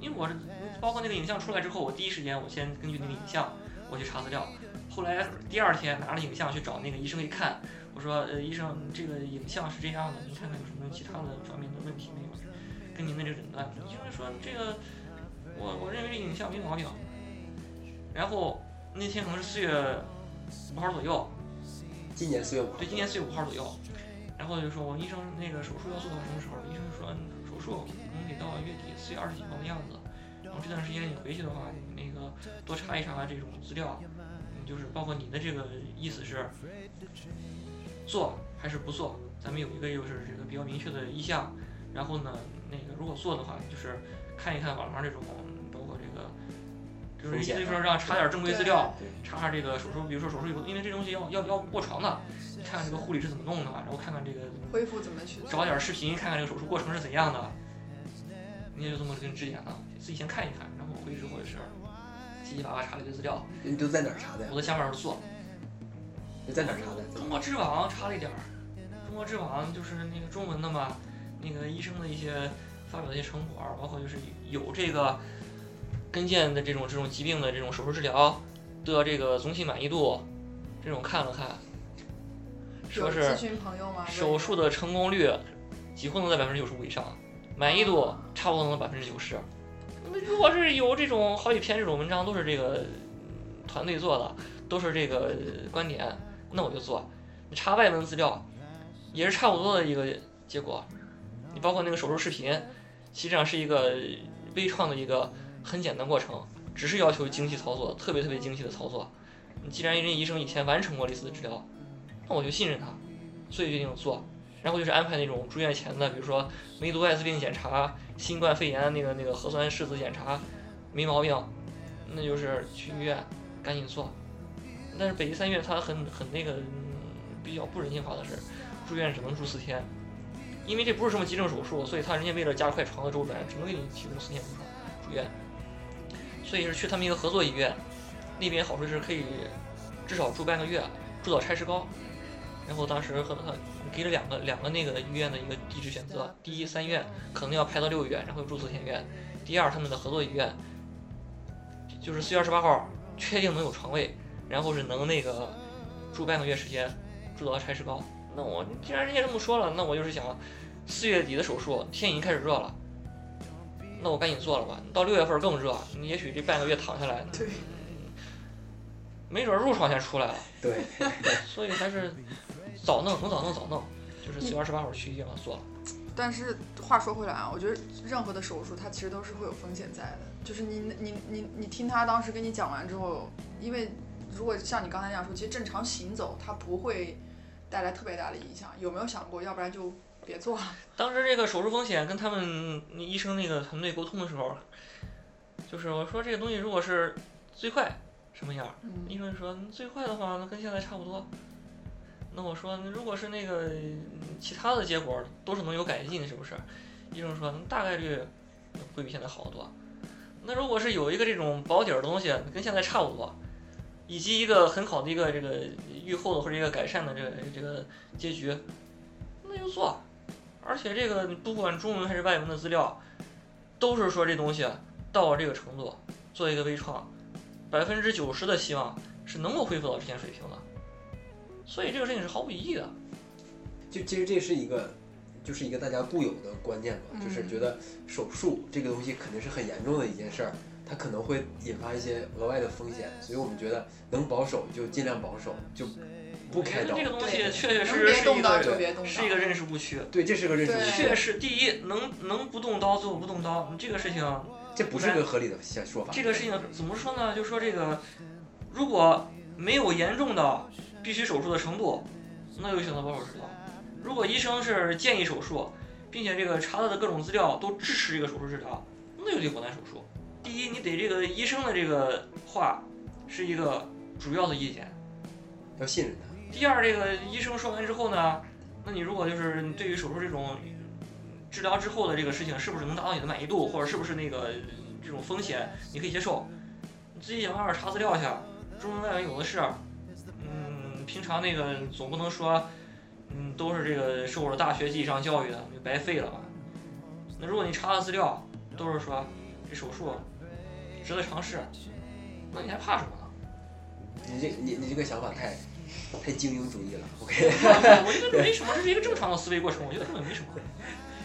Speaker 1: 因为我是包括那个影像出来之后，我第一时间我先根据那个影像我去查资料，后来第二天拿了影像去找那个医生一看，我说呃医生这个影像是这样的，您看看有什么其他的方面的问题没有？跟您的这个诊断，医生就说这个我我认为这影像没毛病。然后那天可能是四月五号左右，
Speaker 3: 今年四月五号，
Speaker 1: 对，今年四月五号左右。然后就说我医生那个手术要做到什么时候？医生说嗯手术可能得到月底四月二十几号的样子。然后这段时间你回去的话，你那个多查一查这种资料，嗯就是包括你的这个意思是做还是不做，咱们有一个就是这个比较明确的意向。然后呢，那个如果做的话，就是看一看网上这种，嗯包括这个，就是
Speaker 3: 风
Speaker 1: 意
Speaker 3: 险
Speaker 1: 思就是
Speaker 3: 啊
Speaker 1: 说让查点正规资料，
Speaker 3: 对
Speaker 1: 查查这个手术，比如说手术以后，因为这东西要要要卧床的，你看看这个护理是怎么弄的，然后看看这个，
Speaker 4: 恢复怎么去做
Speaker 1: 找点视频看看这个手术过程是怎样的，你也就这么跟之前了，自己先看一看，然后回去之后也是七七八八查了一堆资料，
Speaker 3: 你都在哪儿查的呀
Speaker 1: 我？的想法是做，
Speaker 3: 你在哪儿查的？
Speaker 1: 中国知网查了一点儿，中国知网就是那个中文的嘛，那个医生的一些发表的一些成果，包括就是有这个跟腱的这种这种疾病的这种手术治疗的这个总体满意度，这种看了看，说
Speaker 4: 有
Speaker 1: 是
Speaker 4: 咨询朋友吗？
Speaker 1: 手术的成功率几乎能在百分之九十五以上，满意度差不多能百分之九十。那如果是有这种好几篇这种文章都是这个团队做的，都是这个呃观点，那我就做。你查外文资料，也是差不多的一个结果。你包括那个手术视频，实际上是一个微创的一个很简单过程，只是要求精细操作，特别特别精细的操作。你既然人家医生以前完成过类似的治疗，那我就信任他，所以决定做。然后就是安排那种住院前的，比如说梅毒艾滋病检查、新冠肺炎那个那个核酸试子检查，没毛病，那就是去医院赶紧做。但是北医三院它很很那个、嗯比较不人性化的是，住院只能住四天，因为这不是什么急症手术，所以他人家为了加快床的周转，只能给你提供四天住床住院。所以是去他们一个合作医院，那边好处是可以至少住半个月，住到差石膏。然后当时和他给了两个两个那个医院的一个地址选择，第一三院可能要排到六院，然后住四天院；第二他们的合作医院，就是四月二十八号确定能有床位，然后是能那个住半个月时间，住到差石膏。那我既然人家这么说了，那我就是想四月底的手术，天已经开始热了。那我赶紧做了吧，到六月份更热，你也许这半个月躺下来，
Speaker 4: 对，
Speaker 1: 没准儿褥疮先出来了。
Speaker 3: 对，
Speaker 1: 所以还是早弄，能早弄早弄，就是四月二十八号去医院了做了。
Speaker 4: 但是话说回来啊，我觉得任何的手术它其实都是会有风险在的。就是你你你你听他当时跟你讲完之后，因为如果像你刚才那样说，其实正常行走它不会带来特别大的影响。有没有想过，要不然就别做 了？
Speaker 1: 当时这个手术风险跟他们那医生那个团队沟通的时候，就是我说这个东西如果是最坏什么样儿，
Speaker 4: 嗯，
Speaker 1: 医生说嗯最坏的话那跟现在差不多。那我说那如果是那个嗯其他的结果都是能有改进，是不是？医生说嗯大概率会比现在好得多。那如果是有一个这种保底儿的东西，跟现在差不多，以及一个很好的一个这个预后的或者一个改善的这个这个结局，那就做。而且这个不管中文还是外文的资料，都是说这东西到了这个程度，做一个微创，百分之九十的希望是能够恢复到之前水平的。所以这个事情是毫无疑义的。
Speaker 3: 就其实这是一个，就是一个大家固有的观念嘛，
Speaker 4: 嗯
Speaker 3: 就是觉得手术这个东西肯定是很严重的一件事儿，它可能会引发一些额外的风险，所以我们觉得能保守就尽量保守，就不开刀
Speaker 1: 这。个东西
Speaker 4: 对
Speaker 1: 确确
Speaker 4: 能
Speaker 1: 实实
Speaker 4: 别
Speaker 1: 是一
Speaker 4: 动刀
Speaker 1: 个
Speaker 4: 就别动刀，
Speaker 1: 是一个认识误区。
Speaker 3: 对，这是个认识
Speaker 4: 对
Speaker 3: 问
Speaker 1: 确
Speaker 3: 题，
Speaker 1: 实，第一，能能不动刀做不动刀，这个事情
Speaker 3: 这不是个合理的想说法。
Speaker 1: 这个事情怎么说呢？就说这个，如果没有严重到必须手术的程度，那就选择保守治疗。如果医生是建议手术，并且这个查到的各种资料都支持这个手术治疗，那就得果断手术。第一，你得这个医生的这个话是一个主要的意见。
Speaker 3: 要信任他，
Speaker 1: 第二，这个医生说完之后呢，那你如果就是对于手术这种治疗之后的这个事情，是不是能达到你的满意度，或者是不是那个这种风险你可以接受，你自己想办法查资料去，中文外文有的是。嗯，平常那个总不能说，嗯，都是这个受了大学及以上教育的，就白费了吧？那如果你查的资料都是说这手术值得尝试，那你还怕什么呢？
Speaker 3: 你这你你这个想法太太精英主义了。OK，
Speaker 1: 我觉得没什么，这是一个正常的思维过程，我觉得根本没什么。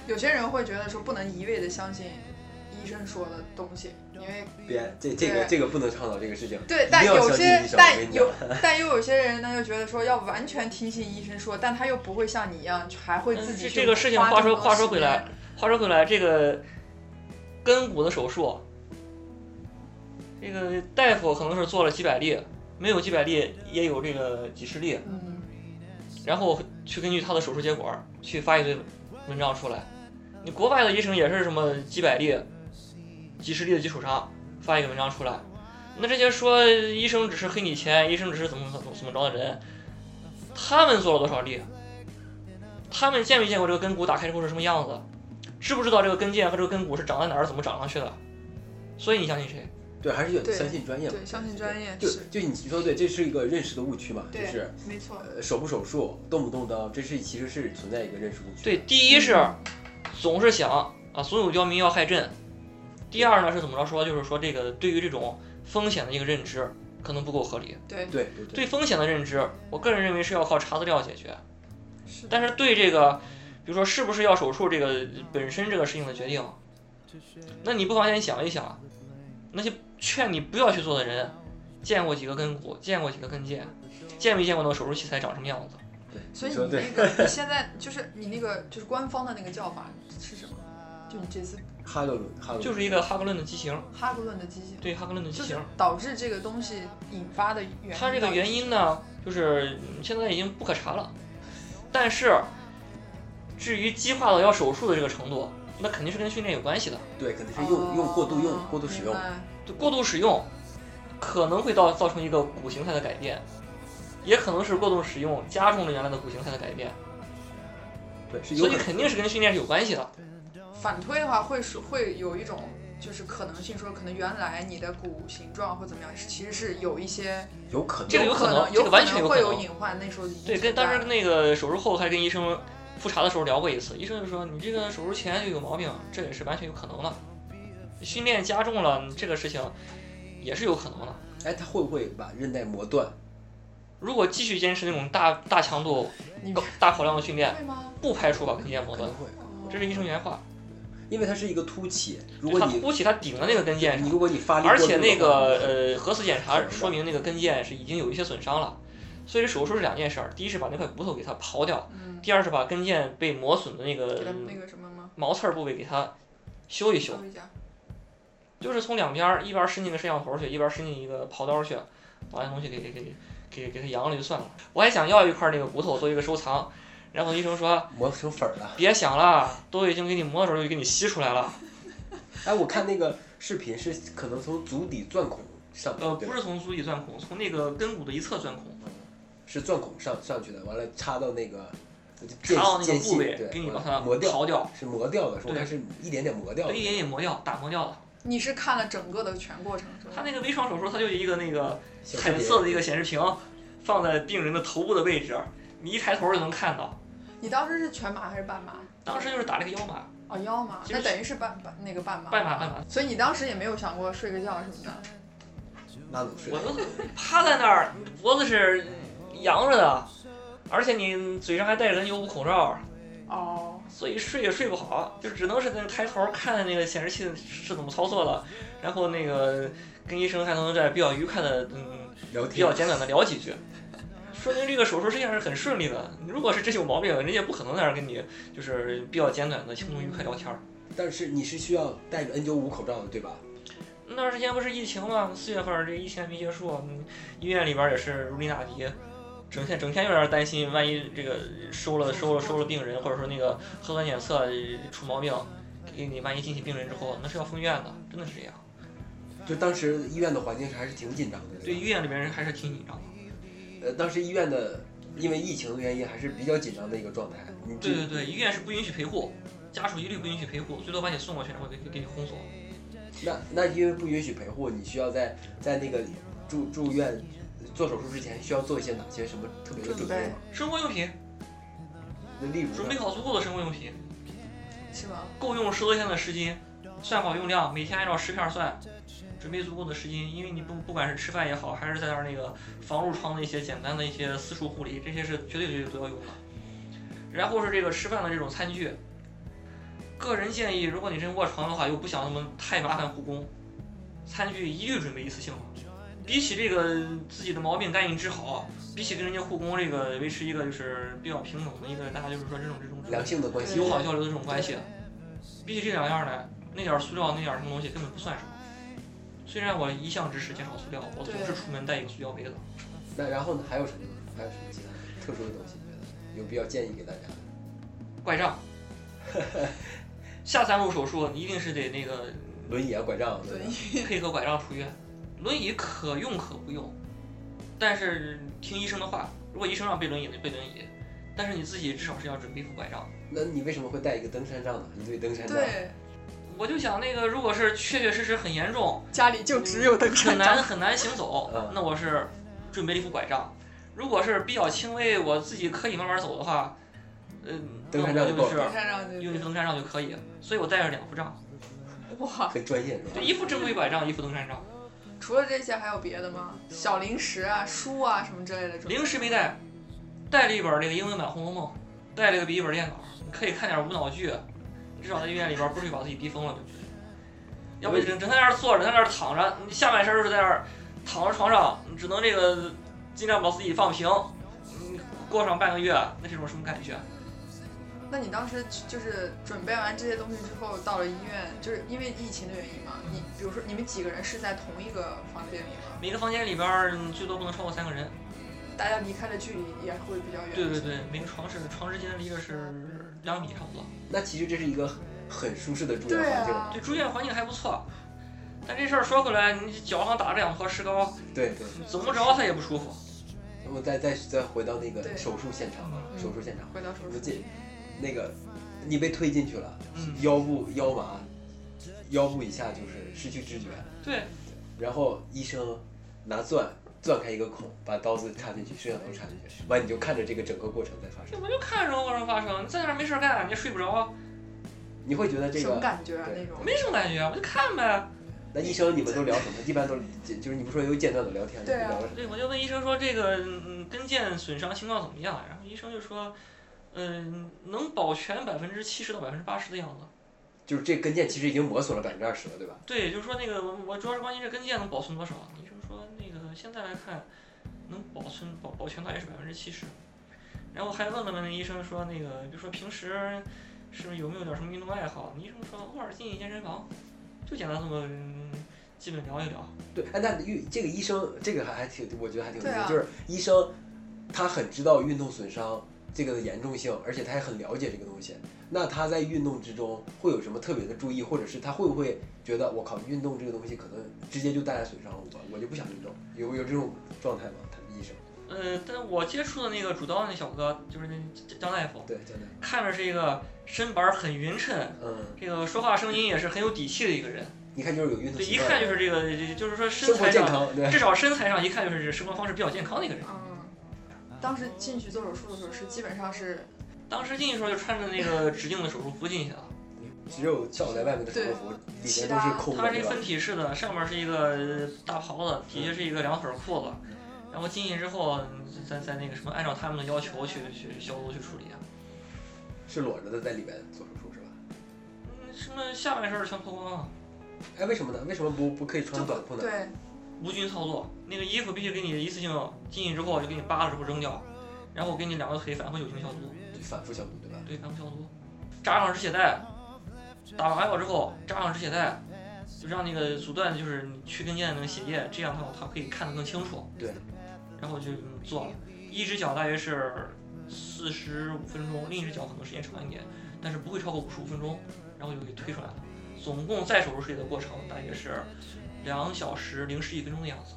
Speaker 4: 有些人会觉得说不能一味的相信医生说的东西，因为
Speaker 3: 别这这个
Speaker 4: 对
Speaker 3: 这个不能倡导这个事情。
Speaker 4: 对
Speaker 3: 嗯一，
Speaker 4: 但
Speaker 3: 定要
Speaker 4: 有
Speaker 3: 相信
Speaker 4: 些
Speaker 3: 医生我跟
Speaker 4: 但
Speaker 3: 你讲
Speaker 4: 有 但又有些人呢，又觉得说要完全听信医生说，但他又不会像你一样，还会自己
Speaker 1: 嗯
Speaker 4: 去
Speaker 1: 这这个事情
Speaker 4: 花
Speaker 1: 话
Speaker 4: 这
Speaker 1: 说
Speaker 4: 么多
Speaker 1: 话说
Speaker 4: 时
Speaker 1: 回来
Speaker 4: 间，
Speaker 1: 话说回来，这个根骨的手术，这个大夫可能是做了几百例，没有几百例也有这个几十例，
Speaker 4: 嗯，
Speaker 1: 然后去根据他的手术结果儿去发一堆文章出来。你国外的医生也是什么几百例、几十例的基础上发一个文章出来，那这些说医生只是黑你钱，医生只是怎么怎么怎么着的人，他们做了多少例？他们见没见过这个根骨打开之后是什么样子？知不知道这个跟腱和这个根骨是长在哪儿，怎么长上去的？所以你相信谁？
Speaker 3: 对，还是有
Speaker 4: 对
Speaker 3: 相信专业嘛。
Speaker 4: 对，相信专业，
Speaker 3: 就是就你说的对，这是一个认识的误区嘛，就
Speaker 4: 对
Speaker 3: 是
Speaker 4: 没错，
Speaker 3: 呃手不手术，动不动刀，这是其实是存在一个认识误区。
Speaker 1: 对，，第一是总是想啊，总有刁民要害朕。第二呢是怎么着说，就是说这个对于这种风险的一个认知可能不够合理。
Speaker 4: 对，
Speaker 3: 对对对，
Speaker 1: 对风险的认知，我个人认为是要靠查资料解决。
Speaker 4: 是的，
Speaker 1: 但是对这个，比如说是不是要手术这个本身这个事情的决定，那你不妨先想一想，那些劝你不要去做的人，见过几个跟骨，见过几个跟腱，见没见过那个手术器材长什么样子？
Speaker 3: 对，
Speaker 4: 所以
Speaker 3: 你说
Speaker 4: 你
Speaker 3: 对
Speaker 4: 那，个你现在就是你那个就是官方的那个叫法是什么？就你这次
Speaker 3: 哈罗伦，哈罗伦
Speaker 1: 就是一个哈格论的畸形，
Speaker 4: 哈格论的畸形，
Speaker 1: 对哈格论的畸
Speaker 4: 就是
Speaker 1: 形。
Speaker 4: 导致这个东西引发的原因。
Speaker 1: 它这个原因呢，就是嗯现在已经不可查了。但是，至于激化到要手术的这个程度，那肯定是跟训练有关系的。
Speaker 3: 对，肯定是用用过度用过度使用
Speaker 4: 哦明，白
Speaker 1: 就过度使用可能会到造成一个骨形态的改变，也可能是过度使用加重了原来的骨形态的改变，
Speaker 3: 对，是有
Speaker 1: 所以
Speaker 3: 可能
Speaker 1: 肯定是跟训练是有关系的。
Speaker 4: 反推的话会是会有一种就是可能性，说可能原来你的骨形状或怎么样，是其实是有一些
Speaker 3: 有可能
Speaker 1: 这个有
Speaker 4: 有
Speaker 1: 可能这
Speaker 4: 有
Speaker 1: 个
Speaker 4: 可
Speaker 1: 完全有
Speaker 4: 能
Speaker 1: 可
Speaker 4: 会
Speaker 1: 能
Speaker 4: 隐患。那时候已经
Speaker 1: 对，跟
Speaker 4: 存在
Speaker 1: 当时
Speaker 4: 了
Speaker 1: 跟那个手术后还跟医生复查的时候聊过一次，医生就说你这个手术前就有毛病，这也是完全有可能的。训练加重了嗯这个事情也是有可能的。
Speaker 3: 哎，他会不会把韧带磨断？
Speaker 1: 如果继续坚持那种大大强度、
Speaker 4: 你
Speaker 1: 高大跑量的训练，
Speaker 4: 会吗？哦
Speaker 1: 不排除把跟腱磨
Speaker 3: 可
Speaker 1: 断
Speaker 3: 能。会，
Speaker 1: 这是医生原话。
Speaker 3: 因为它是一个凸起，如
Speaker 1: 就
Speaker 3: 果
Speaker 1: 他
Speaker 3: 你
Speaker 1: 凸起，他顶了那个跟腱
Speaker 3: 你
Speaker 1: 上，
Speaker 3: 如果你发力过
Speaker 1: 而
Speaker 3: 度的
Speaker 1: 且
Speaker 3: 话，
Speaker 1: 那个呃核磁检
Speaker 3: 很
Speaker 1: 查
Speaker 3: 难
Speaker 1: 说明那个跟腱是已经有一些损伤了。所以手术是两件事儿，第一是把那块骨头给它刨掉，
Speaker 4: 嗯，
Speaker 1: 第二是把跟腱被磨损的那
Speaker 4: 给
Speaker 1: 个
Speaker 4: 他那个什么吗？
Speaker 1: 毛刺儿部位给它修一修
Speaker 4: 稍。微讲
Speaker 1: 就是从两边儿一边儿伸进个摄像头去，一边儿伸进一个刨刀去，把那东西给给给给给它扬了就算了。我还想要一块儿那个骨头做一个收藏，然后医生说
Speaker 3: 磨成粉儿了。
Speaker 1: 别想了，都已经给你磨的时候就给你吸出来了。
Speaker 3: 哎，我看那个视频是可能从足底钻孔上，
Speaker 1: 呃，
Speaker 3: 对
Speaker 1: 不
Speaker 3: 吧
Speaker 1: 是从足底钻孔，从那个根骨的一侧钻孔，
Speaker 3: 是钻孔上上去的，完了插到那个间
Speaker 1: 插到那个
Speaker 3: 间隙
Speaker 1: 部位，
Speaker 3: 对，
Speaker 1: 给你把
Speaker 3: 完
Speaker 1: 它
Speaker 3: 了磨掉，
Speaker 1: 刨掉，
Speaker 3: 是磨掉的，是我
Speaker 1: 对
Speaker 3: 看是一点点磨掉的
Speaker 1: 对，一。点点磨掉，打磨掉了。
Speaker 4: 你是看了整个的全过程是吧？
Speaker 1: 他那个微创手术，它就一个那个
Speaker 3: 小视
Speaker 1: 彩
Speaker 3: 频
Speaker 1: 色的一个显示屏，放在病人的头部的位置，你一抬头就能看到。
Speaker 4: 你当时是全麻还是半麻？
Speaker 1: 当时就是打了个腰麻，
Speaker 4: 哦腰麻，
Speaker 1: 其实
Speaker 4: 那等于是半半那个半麻。
Speaker 1: 半麻半
Speaker 3: 啊
Speaker 1: 麻。
Speaker 4: 所以你当时也没有想过睡个觉什么的。
Speaker 3: 那能睡
Speaker 1: 我？都趴在那儿，脖子是
Speaker 3: 嗯
Speaker 1: 扬着的，而且你嘴上还戴着个 N95 口罩，
Speaker 4: 哦，
Speaker 1: 所以睡也睡不好，就只能是在那抬头看那个显示器是怎么操作的，然后那个跟医生还能在比较愉快的，嗯，
Speaker 3: 聊
Speaker 1: 比较
Speaker 3: 天
Speaker 1: 简短的聊几句，说明这个手术实际上是很顺利的。如果是真有毛病，人家不可能在那儿跟你就是比较简短的轻松愉快聊天儿。
Speaker 3: 但是你是需要戴着 N95 口罩的，对吧？
Speaker 1: 那段时间不是疫情嘛，四月份儿这疫情还没结束，嗯医院里边儿也是如临大敌，整天整天有点担心，万一这个收了收了收了病人，或者说那个核酸检测呃出毛病，给你万一进去病人之后，那是要封院的，真的是这样。
Speaker 3: 就当时医院的环境还是挺紧张的。
Speaker 1: 对
Speaker 3: 吧
Speaker 1: 医院里边人还是挺紧张的。
Speaker 3: 呃，当时医院的因为疫情的原因还是比较紧张的一个状态。你这
Speaker 1: 对对对，医院是不允许陪护，家属一律不允许陪护，最多把你送过去，然后给给你轰走。
Speaker 3: 那那因为不允许陪护，你需要在在那个住住院做手术之前需要做一些哪些什么特别的准备吗？
Speaker 1: 生活用品
Speaker 3: 那例如
Speaker 1: 准备
Speaker 3: 呢，
Speaker 1: 好足够的生活用品，
Speaker 4: 是吗？
Speaker 1: 够用十多天的湿巾，算好用量，每天按照十片儿算，准备足够的湿巾，因为你不不管是吃饭也好，还是在那儿那个防褥疮的一些简单的一些私处护理，这些是绝对绝对都要用的。然后是这个吃饭的这种餐具，个人建议，如果你真卧床的话，又不想那么太麻烦护工，餐具一律准备一次性的。比起这个自己的毛病赶紧治好，比起跟人家护工这个维持一个就是比较平等的一个大家就是说这种这种这种
Speaker 3: 良性的关系
Speaker 1: 友好交流的这种关系。比起这两样来，那点儿塑料那点儿什么东西根本不算什么。虽然我一向支持减少塑料，我总是
Speaker 4: 对
Speaker 1: 出门带一个塑料杯子。
Speaker 3: 那然后呢还有什么？还有什么其他特殊的东西？你觉得有必要建议给大家的？
Speaker 1: 拐杖，下三路手术你一定是得那个
Speaker 3: 轮椅啊，拐杖啊，
Speaker 4: 对
Speaker 3: 吧，
Speaker 1: 配合拐杖出院。轮椅可用可不用，但是听医生的话，如果医生让背轮椅，那就背轮椅。但是你自己至少是要准备一副拐杖。
Speaker 3: 那你为什么会带一个登山杖呢？你对登山杖
Speaker 4: 对，
Speaker 1: 我就想那个，如果是确确实实很严重，
Speaker 4: 家里就只有 登
Speaker 1: 很
Speaker 4: 山
Speaker 1: 难
Speaker 4: 杖。
Speaker 1: 很难行走
Speaker 3: 嗯。
Speaker 1: 那我是准备了一副拐杖，如果是比较轻微，我自己可以慢慢走的话，嗯，那
Speaker 3: 登山杖
Speaker 1: 我
Speaker 3: 就够
Speaker 1: 就
Speaker 3: 了
Speaker 1: 是
Speaker 4: 登山杖就
Speaker 1: 用一副
Speaker 4: 是
Speaker 1: 登山杖就可以。所以我带着两副杖，
Speaker 4: 哇，
Speaker 3: 很专业是吧？
Speaker 1: 对，一副正规拐杖，一副登山杖。
Speaker 4: 除了这些还有别的吗？小零食啊、书啊什么之类的。
Speaker 1: 零食没带，带了一本那个英文版《红楼梦》，带了一个笔记本电脑，你可以看点无脑剧。啊你至少在医院里边不至于把自己逼疯了，对不对？要不你整整天在那儿坐着，在那儿躺着，你下半身就是在那儿躺在床上，你只能这个尽量把自己放平，嗯，过上半个月，啊那是种什么感觉？
Speaker 4: 那你当时就是准备完这些东西之后，到了医院，就是因为疫情的原因嘛？
Speaker 1: 嗯
Speaker 4: 你比如说，你们几个人是在同一个房间里吗？
Speaker 1: 每个房间里边儿你最多不能超过三个人。
Speaker 4: 大家离开的距离也会比较远。
Speaker 1: 对对对，每个床是床之间的离着是两米差不多。
Speaker 3: 那其实这是一个很舒适的住
Speaker 4: 对
Speaker 3: 院环境。
Speaker 4: 啊
Speaker 1: 对，，住院环境还不错，但这事儿说回来，你脚上打着两坨石膏，
Speaker 3: 对对，
Speaker 1: 怎么着它也不舒服。
Speaker 3: 那么再再再回到那
Speaker 4: 对
Speaker 3: 个手术现场啊，
Speaker 4: 嗯
Speaker 3: 手术现场，
Speaker 4: 回到
Speaker 3: 我
Speaker 4: 手术
Speaker 3: 们进那个你被推进去了，
Speaker 1: 嗯，
Speaker 3: 腰部腰麻，腰部以下就是失去知觉，
Speaker 1: 对，
Speaker 3: 然后医生拿钻钻开一个孔，把刀子插进去，摄像头插进去，完你就看着这个整个过程在发
Speaker 1: 这
Speaker 3: 生，
Speaker 1: 不就看着往上发生？你在那儿没事儿干，你也睡不着，啊
Speaker 3: 你会觉得这
Speaker 4: 什么
Speaker 3: 个，
Speaker 4: 感觉啊？
Speaker 3: 对
Speaker 4: 那种
Speaker 1: 没什么感觉，我就看呗。
Speaker 3: 那医生你们都聊什么？一般都就是你不说有间断的聊天，
Speaker 4: 对啊
Speaker 3: 你们聊了什么？
Speaker 1: 对，我就问医生说这个嗯跟腱损伤情况怎么样？啊然后医生就说，嗯、能保全百分之七十到百分之八十的样子。
Speaker 3: 就是这跟腱其实已经磨损了百分之二十了，对吧？
Speaker 1: 对，就是说那个我我主要是关心这跟腱能保存多少。医生说那个现在来看，能保存保保全大约是百分之七十。然后还问了问那医生说那个，比如说平时是不是有没有点什么运动爱好？医生说偶尔进进健身房，就简单这么、嗯基本聊一聊。
Speaker 3: 对，哎，那运这个医生这个还还挺，我觉得还挺有意思，
Speaker 4: 对啊
Speaker 3: 就是医生他很知道运动损伤这个的严重性，而且他也很了解这个东西。那他在运动之中会有什么特别的注意，或者是他会不会觉得我靠，运动这个东西可能直接就带来损伤了，我我就不想运动，有有这种状态吗？他们医生
Speaker 1: 呃，但我接触的那个主刀那小哥就是那张张大夫，
Speaker 3: 对，真的，
Speaker 1: 看着是一个身板儿很匀称，
Speaker 3: 嗯，
Speaker 1: 这个说话声音也是很有底气的一个人。
Speaker 3: 你看就是有运动
Speaker 1: 对，
Speaker 3: 习
Speaker 1: 一
Speaker 3: 惯，
Speaker 1: 看就是这个，就是说身
Speaker 3: 生活
Speaker 1: 材
Speaker 3: 健
Speaker 1: 上
Speaker 3: 康，对
Speaker 1: 至少身材上一看就是生活方式比较健康的一个人。
Speaker 4: 嗯，当时进去做手术的时候是基本上是
Speaker 1: 当时进去的时候就穿着那个直径的手术服进去的，
Speaker 3: 只有照在外面的手术服，里面都是空
Speaker 1: 它
Speaker 3: 的，
Speaker 1: 是一
Speaker 3: 对
Speaker 1: 个
Speaker 3: 吧
Speaker 1: 分？体式的，上面是一个大袍子，底下是一个两腿裤子。然后进去之后，再再那个什么，按照他们的要求去去消毒去处理啊。
Speaker 3: 是裸着的在里面做手术是吧？
Speaker 1: 嗯，什么下半身儿全脱光了，
Speaker 3: 哎，为什么呢？为什么不不可以
Speaker 4: 就
Speaker 3: 穿短裤呢？
Speaker 4: 对，
Speaker 1: 无菌操作，那个衣服必须给你一次性进去之后就给你扒了之后扔掉，然后我给你两个腿反复酒精消毒。
Speaker 3: 就反复消毒，对吧？
Speaker 1: 对，反复消毒，扎上止血带，打完药之后扎上止血带，就让那个阻断就是你去跟腱的那个血液，这样的话它可以看得更清楚。
Speaker 3: 对，
Speaker 1: 然后就嗯做了，一只脚大约是四十五分钟，另一只脚可能时间长一点，但是不会超过五十五分钟，然后就给推出来了。总共再手术室里的过程大约是两小时零十一分钟的样子。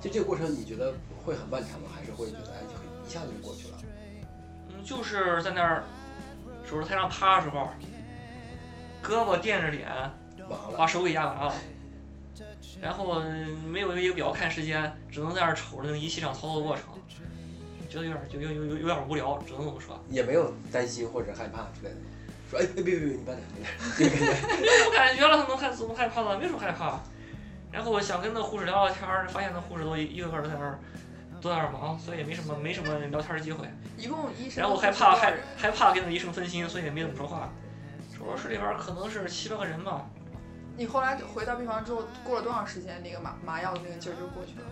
Speaker 3: 就这个过程，你觉得会很漫长吗？还是会觉得哎，就很一下子就过去了？
Speaker 1: 嗯，就是在那儿手术台上趴的时候，胳膊垫着脸。
Speaker 3: 麻
Speaker 1: 把
Speaker 3: 了，
Speaker 1: 手给压麻了，然后没有一个表看时间，只能在那儿瞅着那个仪器上操作过程，觉得有点有有有有有点无聊，只能这么说。
Speaker 3: 也没有担心或者害怕之类的吗。说哎哎，别别别，你慢点，慢点，这个感觉
Speaker 1: 我感觉了，他能害怎么害怕了？没什么害怕。然后我想跟那护士聊聊天儿，发现那护士都一个个都在那儿都在那儿忙，所以也没什么没什么聊天儿机会。
Speaker 4: 一共医生
Speaker 1: 然后我
Speaker 4: 都
Speaker 1: 害
Speaker 4: 是
Speaker 1: 怕
Speaker 4: 多少
Speaker 1: 害
Speaker 4: 人
Speaker 1: 害怕跟那医生分心，所以也没怎么说话。手术室里边儿可能是七八个人吧，
Speaker 4: 你后来回到病房之后，过了多长时间，那个麻麻药的那个劲儿就过去了？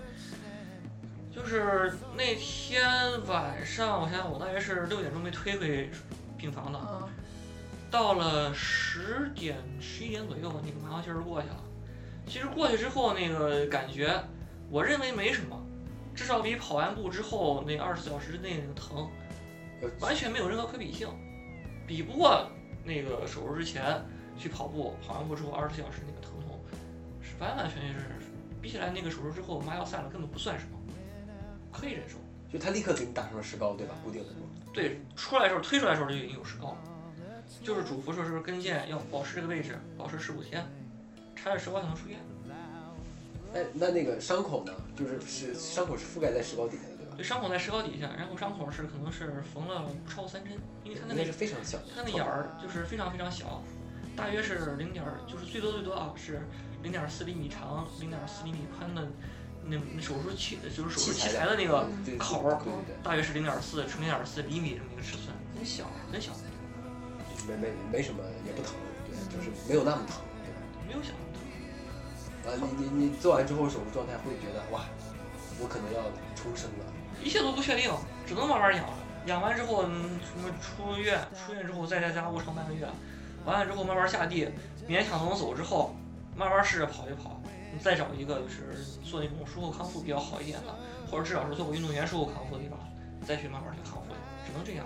Speaker 1: 就是那天晚上，我想想，我大约是六点钟被推回病房的，
Speaker 4: 嗯，
Speaker 1: 到了十点十一点左右，那个麻药劲儿过去了。其实过去之后，那个感觉，我认为没什么，至少比跑完步之后那二十四小时之内那个疼，
Speaker 3: 呃
Speaker 1: 完全没有任何可比性，比不过那个手术之前去跑步，跑完步之后二十四小时那个疼痛，是完完全全是比起来那个手术之后麻药散了根本不算什么，可以忍受。
Speaker 3: 就他立刻给你打上了石膏，对吧？固定的住。
Speaker 1: 对，出来的时候推出来的时候就已经有石膏了，就是嘱咐说是跟腱要保持这个位置，保持十五天，插着石膏才能出院。
Speaker 3: 哎，那那个伤口呢？就是是伤口是覆盖在石膏底下的，对吧？
Speaker 1: 对，伤口在石膏底下，然后伤口是可能是缝了不超过三针，因为它那
Speaker 3: 那
Speaker 1: 个
Speaker 3: 是非常小的，
Speaker 1: 它那个眼儿就是非常非常小，大约是零点儿，就是最多最多啊是零点四厘米长、零点四厘米宽的那那手术器就是手术
Speaker 3: 器
Speaker 1: 器
Speaker 3: 材
Speaker 1: 材的那
Speaker 3: 啊
Speaker 1: 个
Speaker 3: 对
Speaker 1: 口儿啊
Speaker 3: 对对
Speaker 1: 大约是零点四乘零点四厘米这么一个尺寸，很小很小，
Speaker 3: 对，没没没什么，也不疼，对，就是没有那么疼，对吧？
Speaker 1: 没有想到。
Speaker 3: 呃，你你你做完之后手术状态会觉得哇，我可能要重生了。
Speaker 1: 一切都不确定，只能慢慢养了。养完之后，嗯，什么出院，出院之后再在家卧床半个月，完了之后慢慢下地，勉强能走之后，慢慢试着跑一跑，你再找一个就是做那种术后康复比较好一点的，或者至少是做过运动员术后康复的地方，再去慢慢去康复，只能这样。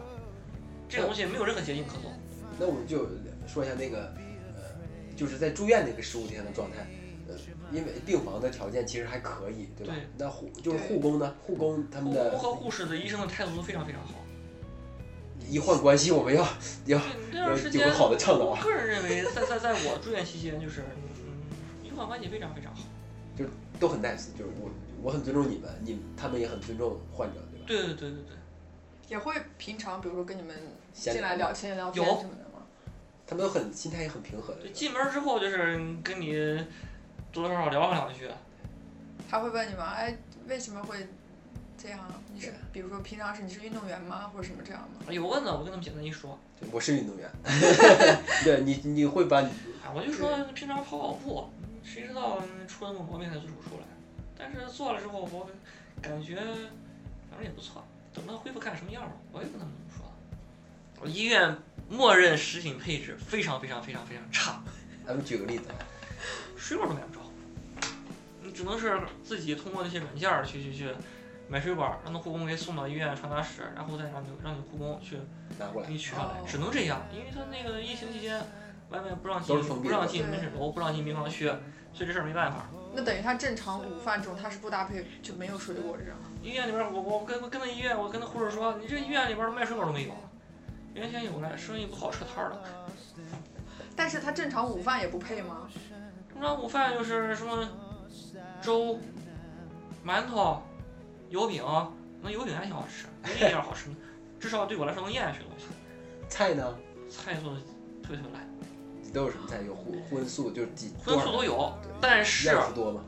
Speaker 1: 这个东西没有任何捷径可走。
Speaker 3: 那我们就说一下那个，呃，就是在住院那个十五天的状态，呃，因为病房的条件其实还可以，对吧？
Speaker 1: 对
Speaker 3: 那护就是护工呢，护工他们
Speaker 1: 护
Speaker 3: 的
Speaker 1: 工和护士的医生的态度都非常非常好。
Speaker 3: 医患关系，我们要要
Speaker 1: 对，那
Speaker 3: 要
Speaker 1: 段时
Speaker 3: 有
Speaker 1: 间
Speaker 3: 个，好的倡导
Speaker 1: 我
Speaker 3: 啊。
Speaker 1: 个人认为，在在在我住院期间，就是嗯，医患关系非常非常好。
Speaker 3: 都很 nice，就是我我很尊重你们，你他们也很尊重患者，对吧？
Speaker 1: 对对对对对，
Speaker 4: 也会平常比如说跟你们
Speaker 3: 闲
Speaker 4: 进来
Speaker 3: 聊
Speaker 4: 聊闲聊
Speaker 1: 有
Speaker 4: 天什么的吗？
Speaker 3: 他们都很心态也很平和的
Speaker 1: 对，进门之后就是跟你多多少少聊上两句，
Speaker 4: 他会问你吗？哎，为什么会这样？啊你是比如说平常是你是运动员吗，或者什么这样吗？
Speaker 1: 有问的哎我跟他们简单一说，
Speaker 3: 对我是运动员， 对你你会把你
Speaker 1: 啊，我就说平常跑跑步，谁知道出了那种毛病才做手术来？但是做了之后，我感觉反正也不错，等它恢复看什么样吧。我也跟他们这么说。我医院默认食品配置非常非常非常非常差，
Speaker 3: 咱们举个例子啊，
Speaker 1: 水果都买不着，你只能是自己通过那些软件儿去去去买水管儿，让那护工给送到医院传达室，然后再让你让你护工去
Speaker 3: 拿过
Speaker 1: 给
Speaker 3: 来
Speaker 1: 你取上来，只能这样，因为他那个疫情期间，外面不让进
Speaker 3: 都是封，闭
Speaker 1: 不
Speaker 3: 的
Speaker 1: 让进门诊楼，不让进民防区，所以这事儿没办法。
Speaker 4: 那等于他正常午饭中他是不搭配就没有水果这样。
Speaker 1: 医院里边儿，我我跟跟那医院，我跟那护士说，你这医院里边儿卖水果都没有，原先有呢，生意不好撤摊儿了。
Speaker 4: 但是他正常午饭也不配吗？
Speaker 1: 正常午饭就是什么粥、馒头、油饼，那油饼还挺好吃，没那样好吃呢，至少对我来说能咽下去的东西。
Speaker 3: 菜呢，
Speaker 1: 菜做的特别特别烂，
Speaker 3: 都有什么菜？有荤荤素，就是几
Speaker 1: 荤素都有，但是
Speaker 3: 样式多吗？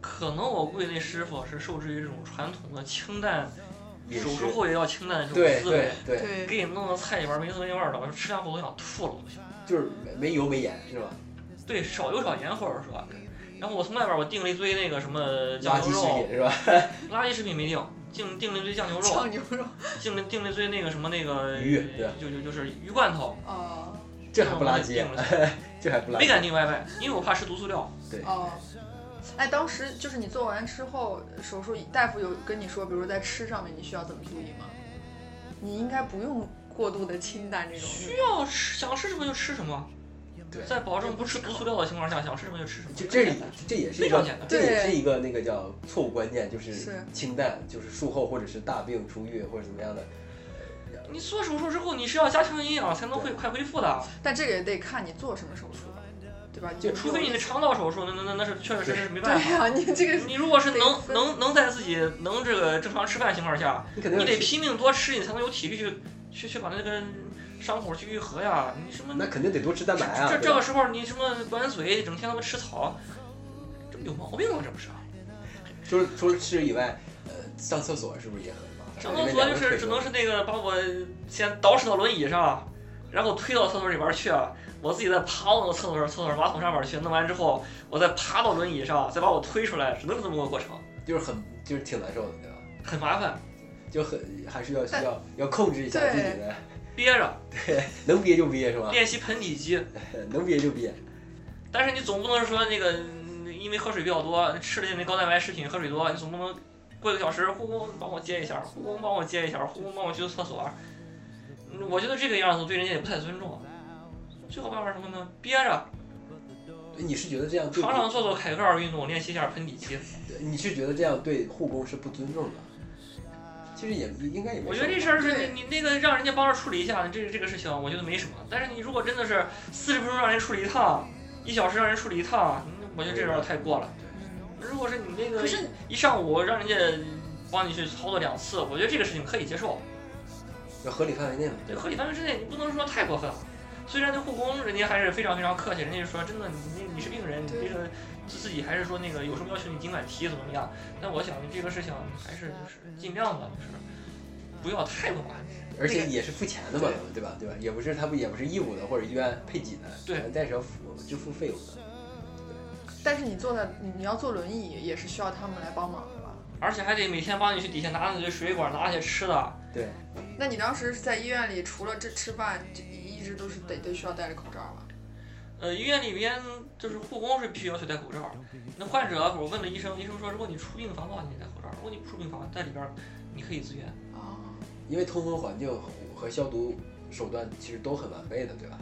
Speaker 1: 可能我估计那师傅是受制于这种传统的清淡，
Speaker 3: 饮
Speaker 1: 手
Speaker 3: 食
Speaker 1: 术后也要清淡的这
Speaker 3: 对
Speaker 1: 种思
Speaker 3: 对
Speaker 1: 维，
Speaker 3: 对，
Speaker 1: 给你弄到菜里边没滋没味儿的，我吃两口都想吐了。我去
Speaker 3: 就是没没油没盐是吧？
Speaker 1: 对，少油少盐或者说，然后我从外边我订了一堆那个什么
Speaker 3: 垃
Speaker 1: 酱
Speaker 3: 圾
Speaker 1: 牛
Speaker 3: 食
Speaker 1: 肉，
Speaker 3: 品 是吧？
Speaker 1: 垃圾食品没订，订订了一堆酱牛肉啊
Speaker 4: 酱，牛 肉啊
Speaker 1: 订了订了一堆那个什么那个
Speaker 3: 鱼对吧
Speaker 1: 就就就是鱼罐头，
Speaker 4: 哦
Speaker 3: 这还不垃圾
Speaker 1: 订？ 了
Speaker 3: 这还不垃
Speaker 1: 没
Speaker 3: 圾？
Speaker 1: 敢订外卖，因为我怕吃毒塑料。
Speaker 4: 哦。哎，当时就是你做完之后，手术大夫有跟你说，比如在吃上面你需要怎么注意吗？你应该不用过度的清淡这种。
Speaker 1: 需要哦吃想吃什么就吃什么，
Speaker 3: 对
Speaker 1: 在保证不吃毒塑料的情况下，想吃什么就吃什么。
Speaker 3: 就
Speaker 1: 很
Speaker 3: 这
Speaker 1: 简
Speaker 3: 里
Speaker 1: 单
Speaker 3: 这也是一
Speaker 1: 非常
Speaker 3: 个
Speaker 1: 简单
Speaker 3: 这也
Speaker 4: 对
Speaker 3: 是一个那个叫错误观念，就是
Speaker 4: 是
Speaker 3: 清淡，就是术后或者是大病初愈或者怎么样的，
Speaker 1: 你做手术之后，你是要加强营养才能会快恢复的，
Speaker 4: 但这个也得看你做什么手术，对吧？
Speaker 3: 就
Speaker 1: 除非你的 肠道手术，那那那那是确实是没办
Speaker 4: 对
Speaker 1: 法。
Speaker 4: 呀、你这个
Speaker 1: 你如果是
Speaker 4: 得
Speaker 1: 能
Speaker 4: 分
Speaker 1: 能能在自己能这个正常吃饭的情况下，
Speaker 3: 你肯定
Speaker 1: 你
Speaker 3: 要
Speaker 1: 得
Speaker 3: 吃
Speaker 1: 拼命多吃，你才能有体力去去去把那个伤口去愈合呀。你什么
Speaker 3: 那肯定得多吃蛋白啊。
Speaker 1: 这
Speaker 3: 对
Speaker 1: 这
Speaker 3: 吧
Speaker 1: 个时候你什么管嘴，整天他妈吃草，这不有毛病吗？这不是？啊
Speaker 3: 除了除了吃以外，呃，上厕所是不是也很麻烦？
Speaker 1: 上厕所就
Speaker 3: 因为两个
Speaker 1: 是
Speaker 3: 腿
Speaker 1: 只能是那个把我先倒饬到轮椅上，然后推到厕所里边去，我自己再爬到那个厕所厕所马桶上面去，弄完之后我再爬到轮椅上，再把我推出来，只能是这么个过程，
Speaker 3: 就是很就是挺难受的，对吧？
Speaker 1: 很麻烦，
Speaker 3: 就很还是要
Speaker 4: 但
Speaker 3: 要要控制一下自己的，
Speaker 1: 憋着
Speaker 3: 能憋就憋是吧？呃
Speaker 1: 练习盆底肌。
Speaker 3: 能憋就憋。
Speaker 1: 但是你总不能说那个嗯因为喝水比较多，吃了些那高蛋白食品，喝水多，你总不能过一个小时，护工帮我接一下，护工帮我接一下，护工帮我去个厕所。嗯我觉得这个样子对人家也不太尊重。啊最好办法是什么呢？憋着，
Speaker 3: 你是觉得这样对
Speaker 1: 床？上做做凯格尔运动，练习一下盆底肌。
Speaker 3: 你是觉得这样对护工是不尊重的？其实也应该也没什么。
Speaker 1: 我觉得这事儿是你你那个让人家帮着处理一下，这这个事情我觉得没什么。但是你如果真的是四十分钟让人处理一趟，一小时让人处理一趟，嗯我觉得这有点太过了。如果是你那个
Speaker 4: 可是
Speaker 1: 一上午让人家帮你去操作两次，我觉得这个事情可以接受，
Speaker 3: 要合理范围内嘛。
Speaker 1: 对合理范围之内，你不能说太过分了。虽然那护工人家还是非常非常客气，人家就说真的，你你你是病人，你
Speaker 4: 对
Speaker 1: 这个自己还是说那个有什么要求你尽管提怎么怎么样。但我想这个事情还是就是尽量的，就是不要太过麻烦。
Speaker 3: 而且也是付钱的嘛，对吧？对吧？也不是他不也不是义务的或者医院配给的，
Speaker 1: 对
Speaker 3: 但是要付支付费用的。
Speaker 4: 但是你坐在你你要坐轮椅也是需要他们来帮忙的吧？
Speaker 1: 而且还得每天帮你去底下拿那些水果，拿那些吃的。
Speaker 3: 对，
Speaker 4: 那你当时是在医院里，除了这吃饭，就一直都是得得需要戴着口罩吧？
Speaker 1: 呃，医院里边就是护工是必须要求戴口罩。那患者我问了医生，医生说，如果你出病房的话，你得戴口罩；如果你不出病房，在里边儿你可以自愿。
Speaker 4: 啊，
Speaker 3: 因为通风环境和和消毒手段其实都很完备的，对吧？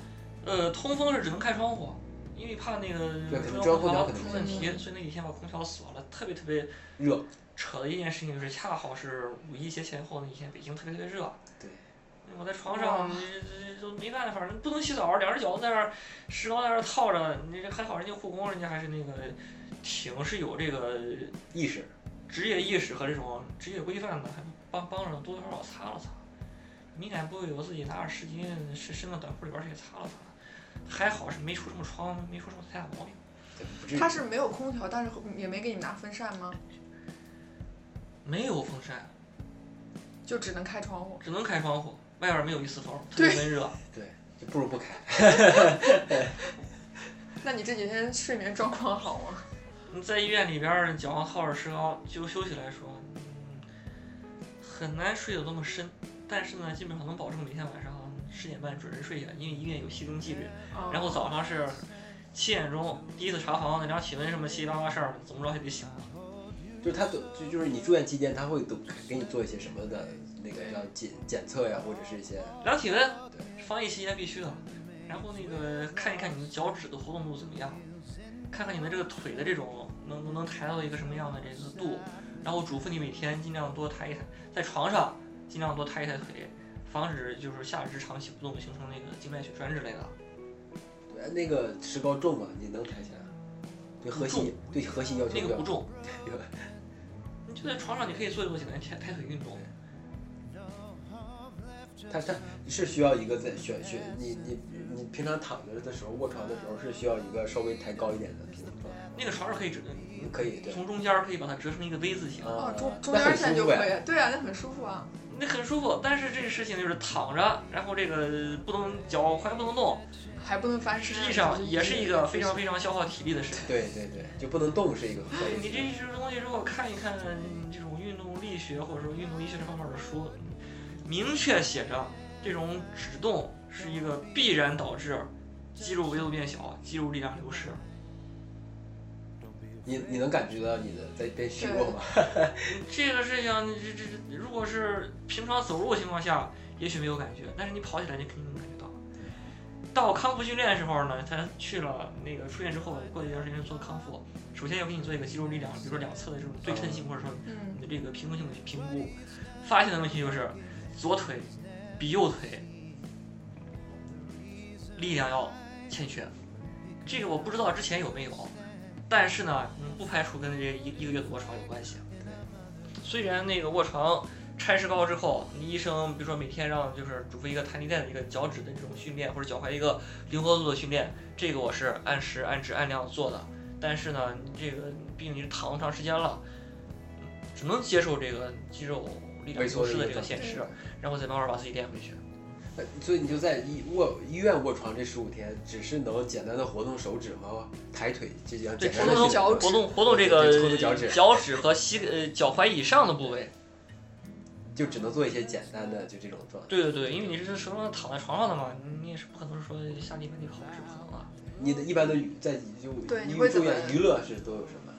Speaker 1: 呃，通风是只能开窗户，因为怕那个
Speaker 3: 对可能
Speaker 1: 中央
Speaker 3: 装空调可能
Speaker 1: 出
Speaker 4: 会
Speaker 1: 问题，
Speaker 4: 嗯
Speaker 1: 所以那几天把空调锁了。特别特别
Speaker 3: 热，
Speaker 1: 扯的一件事情就是，恰好是五一节前后那几天，北京特别特别热。
Speaker 3: 对，
Speaker 1: 我在床上
Speaker 4: 哇
Speaker 1: 这这都没办法，不能洗澡，两只脚都在那儿石膏在那儿套着。你这还好，人家护工人家还是那个挺是有这个
Speaker 3: 意识
Speaker 1: 职业意识和这种职业规范的，还帮帮着多多少少擦了擦。敏感部位我自己拿着湿巾伸伸到短裤里边儿去擦了擦，还好是没出什么疮，没出什么太大毛病。
Speaker 3: 对不至于。
Speaker 4: 他是没有空调，但是也没给你拿风扇吗？
Speaker 1: 没有风扇，
Speaker 4: 就只能开窗户。
Speaker 1: 只能开窗户，外边儿没有一丝风，特别闷热。
Speaker 3: 对，就不如不开。
Speaker 4: 那你这几天睡眠状况好 吗？
Speaker 1: 你在医院里边儿脚上套着石膏，就休息来说，嗯，很难睡得多么深。但是呢，基本上能保证每天晚上十点半准时睡下，因为医院有细菌纪律。
Speaker 4: 啊
Speaker 1: 然后早上是七点钟第一次查房，量体温什么七七八八事儿，怎么着也得醒。
Speaker 3: 就是他都就就是你住院期间，他会都给你做一些什么的那个像检检测呀，或者是一些
Speaker 1: 量体温，防疫期间必须的。然后那个看一看你的脚趾的活动度怎么样，看看你的这个腿的这种能能能抬到一个什么样的这个度，然后嘱咐你每天尽量多抬一抬，在床上尽量多抬一抬腿，防止就是下肢长期不动形成那个静脉血栓之类的。
Speaker 3: 呃那个石膏重吗？你能抬起来？对核心对核心要求
Speaker 1: 那
Speaker 3: 比
Speaker 1: 个
Speaker 3: 较
Speaker 1: 不重，
Speaker 3: 对吧
Speaker 1: 你就在床上你可以做这种简单的抬抬腿运动。
Speaker 3: 它它是需要一个在选选你你你平常躺着的时候卧床的时候是需要一个稍微抬高一点的平衡状态，
Speaker 1: 那个床是可以折，
Speaker 3: 可以对。
Speaker 1: 从中间儿可以把它折成一个 V 字形。
Speaker 3: 啊，，
Speaker 4: 哦中中
Speaker 3: 那
Speaker 4: 间
Speaker 3: 很
Speaker 4: 线
Speaker 3: 舒
Speaker 4: 就
Speaker 3: 服哎
Speaker 4: 可
Speaker 3: 呀。
Speaker 4: 以，对啊，那很舒服啊。
Speaker 1: 那很舒服，但是这个事情就是躺着，然后这个不能脚踝不能动，
Speaker 4: 还不能翻身，
Speaker 1: 实际上也是一个非常非常消耗体力的事情。
Speaker 3: 对对对，就不能动是一个合
Speaker 1: 对你
Speaker 3: 理
Speaker 1: 这一些东西，如果看一看嗯这种运动力学或者说运动医学这方面的书，明确写着这种止动是一个必然导致肌肉维度变小、肌肉力量流失。
Speaker 3: 你你能感觉到你的在变虚弱吗？
Speaker 1: 这个事情，这这这，如果是平常走路的情况下，也许没有感觉，但是你跑起来，你肯定能感觉到。到我康复训练的时候呢，他去了那个出院之后，过一段时间做康复，首先要给你做一个肌肉力量，比如说两侧的这种对称性，或者说
Speaker 4: 嗯
Speaker 1: 你的这个平衡性的评估，发现的问题就是左腿比右腿力量要欠缺。这个我不知道之前有没有，但是呢，嗯不排除跟这一一个月的卧床有关系。啊虽然那个卧床拆石膏之后，你医生比如说每天让就是嘱咐一个弹力带的一个脚趾的这种训练，或者脚踝一个灵活度的训练，这个我是按时按质按量做的。但是呢，你这个毕竟你是躺那么长时间了，嗯只能接受这个肌肉力量
Speaker 3: 萎缩
Speaker 1: 流
Speaker 3: 的
Speaker 1: 失的这
Speaker 3: 一个
Speaker 1: 个
Speaker 3: 状态
Speaker 1: 现实，然后再慢慢把自己练回去。
Speaker 3: 呃所以你就在医卧医院卧床这十五天，只是能简单的活动手指和抬腿这样
Speaker 1: 对，
Speaker 3: 简
Speaker 1: 活
Speaker 3: 单
Speaker 4: 抽
Speaker 3: 的
Speaker 4: 动
Speaker 1: 动
Speaker 3: 事情。
Speaker 4: 脚趾
Speaker 1: 活动活动这
Speaker 3: 对
Speaker 1: 个
Speaker 3: 抽动脚趾
Speaker 1: 脚趾和膝呃脚踝以上的部位。
Speaker 3: 就只能做一些简单的就这种状态。
Speaker 1: 对对对，因为你是手上躺在床上的嘛，你也是不可能说下地板里跑啊是不可能的。
Speaker 3: 你的一般的娱在就
Speaker 4: 对你
Speaker 3: 医
Speaker 4: 会
Speaker 3: 住
Speaker 4: 怎么
Speaker 3: 院娱乐是都有什么？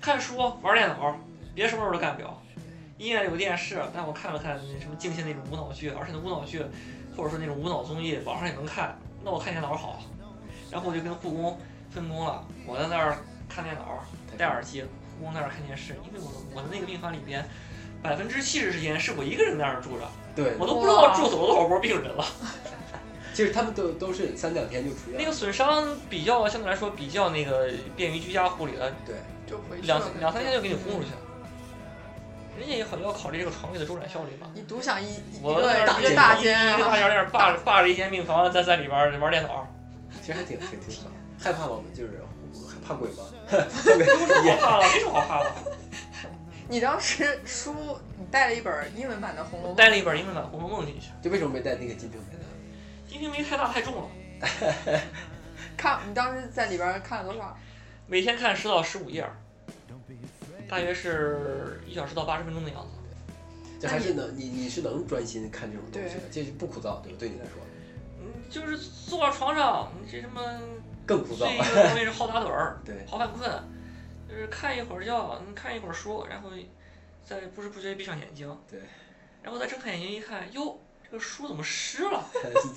Speaker 1: 看书、玩电脑，别什么事儿都干不了。医院有电视，但我看了看什么敬谢那种无脑剧，而且那无脑剧或者说那种无脑综艺，网上也能看。那我看电脑好，然后我就跟护工分工了，我在那儿看电脑，戴耳机，护工在那儿看电视，因为我的我的那个病房里边。百分之七十时间是我一个人在那儿住着，
Speaker 3: 对，
Speaker 1: 我都不知道
Speaker 4: 哇
Speaker 1: 住走了多少波病人了。
Speaker 3: 其实他们都都是三两天就出院。
Speaker 1: 那个损伤比较相对来说比较那个便于居家护理了，
Speaker 3: 对，
Speaker 4: 就回去
Speaker 1: 两
Speaker 4: 了
Speaker 1: 两三天就给你轰出去了。人家也好要考虑这个床位的周转效率嘛。
Speaker 4: 你独享一一
Speaker 1: 我
Speaker 4: 个
Speaker 1: 在
Speaker 4: 一
Speaker 1: 这
Speaker 4: 个大
Speaker 1: 一
Speaker 4: 间
Speaker 1: 一个大
Speaker 4: 啊，
Speaker 1: 间儿那儿霸着霸着一间病房，在在里边儿玩电 脑，
Speaker 3: 其实还挺挺挺好。害怕吗？就是怕鬼吗？怕鬼
Speaker 1: 不怕了，没什么好怕的。
Speaker 4: 你当时书你带了一本英文版的《红楼梦》，
Speaker 1: 带了一本英文版《红楼梦》进去，
Speaker 3: 就为什么没带那个金瓶梅呢？
Speaker 1: 因为没太大太重了。
Speaker 4: 看你当时在里边看了多少？
Speaker 1: 每天看十到十五页儿，大约是一小时到八十分钟的样子。
Speaker 3: 这还是能你你是能专心看这种东西的，
Speaker 4: 对
Speaker 3: 这是不枯燥，对吧？对你来说
Speaker 1: 嗯，就是坐到床上，你这什么
Speaker 3: 更枯
Speaker 1: 最
Speaker 3: 燥，
Speaker 1: 一。个东西是好打盹儿
Speaker 3: 对，
Speaker 1: 好犯困，就是看一会儿觉，嗯看一会儿书，然后再不知不觉闭上眼睛。
Speaker 3: 对。
Speaker 1: 然后再睁开眼睛一看，哟，这个书怎么湿了？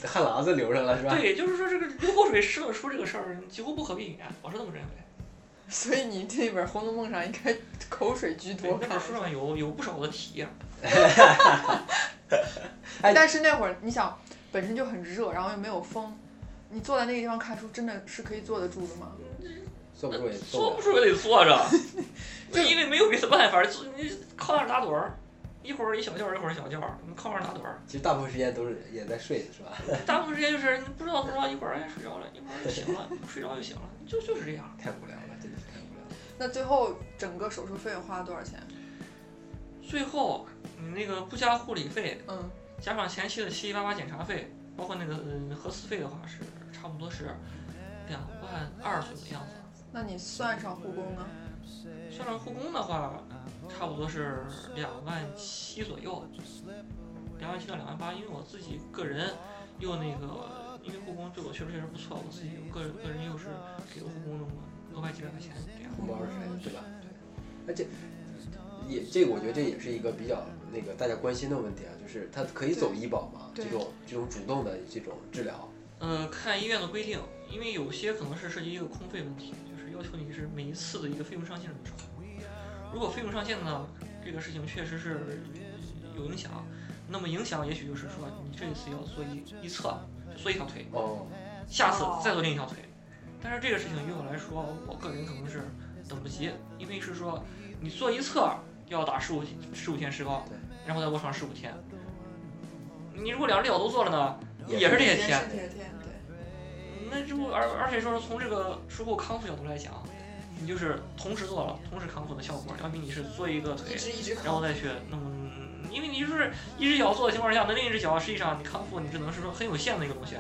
Speaker 3: 汗喇子流上了是吧？
Speaker 1: 对，就是说这个流口水湿了书这个事儿几乎不可避免，我是这么认为。
Speaker 4: 所以你这本《红楼梦》上应该口水居
Speaker 1: 对
Speaker 4: 多，
Speaker 1: 那本书上有有不少的啊体验。
Speaker 3: 哎
Speaker 4: 但是那会儿你想，本身就很热，然后又没有风，你坐在那个地方看书，真的是可以坐得住的吗？
Speaker 3: 坐不住也
Speaker 1: 坐
Speaker 3: 动
Speaker 1: 呃不
Speaker 3: 不了。
Speaker 1: 住也得坐着， 就因为没有别的办法，坐你靠那儿打盹儿，一会儿一小觉儿，一会儿一小觉儿，你靠那儿打盹 儿，
Speaker 3: 其实大部分时间都是也在睡的是吧？
Speaker 1: 大部分时间就是你不知道不知道，一会儿哎睡着了，一会儿就醒了， 睡着就醒了，就就是这样。
Speaker 3: 太无聊了，真的是太无聊了。
Speaker 4: 那最后整个手术费花了多少钱？
Speaker 1: 最后你那个不加护理费，
Speaker 4: 嗯，
Speaker 1: 加上前期的七七八八检查费，包括那个呃核磁费的话是差不多是两万二左右的样子。
Speaker 4: 那你算上护工呢？
Speaker 1: 算上护工的话，差不多是两万七左右，两万七到两万八。因为我自己个人又那个，因为护工对我确实确实不错，我自己又个人个人又是给了护工那么额外几百块钱这样。
Speaker 3: 红包是谁对吧？而且也这个我觉得这也是一个比较那个大家关心的问题啊，就是它可以走医保吗？这
Speaker 4: 对
Speaker 3: 种这种主动的这种治疗，
Speaker 1: 嗯、看医院的规定，因为有些可能是涉及一个空费问题，就是要求你是每一次的一个费用上限是多少。如果费用上限呢，这个事情确实是有影响，那么影响也许就是说你这一次要做一一侧，就做一条腿。
Speaker 3: 哦，
Speaker 1: 下次再做另一条腿。但是这个事情于我来说，我个人可能是等不及，因为是说你做一侧要打十五十五天石膏
Speaker 3: 对，
Speaker 1: 然后再卧床十五天。你如果两只脚都做了呢，也是这些
Speaker 4: 也是
Speaker 1: 天。嗯
Speaker 4: 这些天，对。
Speaker 1: 那如果而而且说是从这个术后康复角度来讲，你就是同时做了，同时康复的效果要比你是做一个腿
Speaker 4: 一，直一直
Speaker 1: 然后再去弄。因为你就是一只脚做的情况下，那另一只脚实际上你康复，你只能是说很有限的一个东西。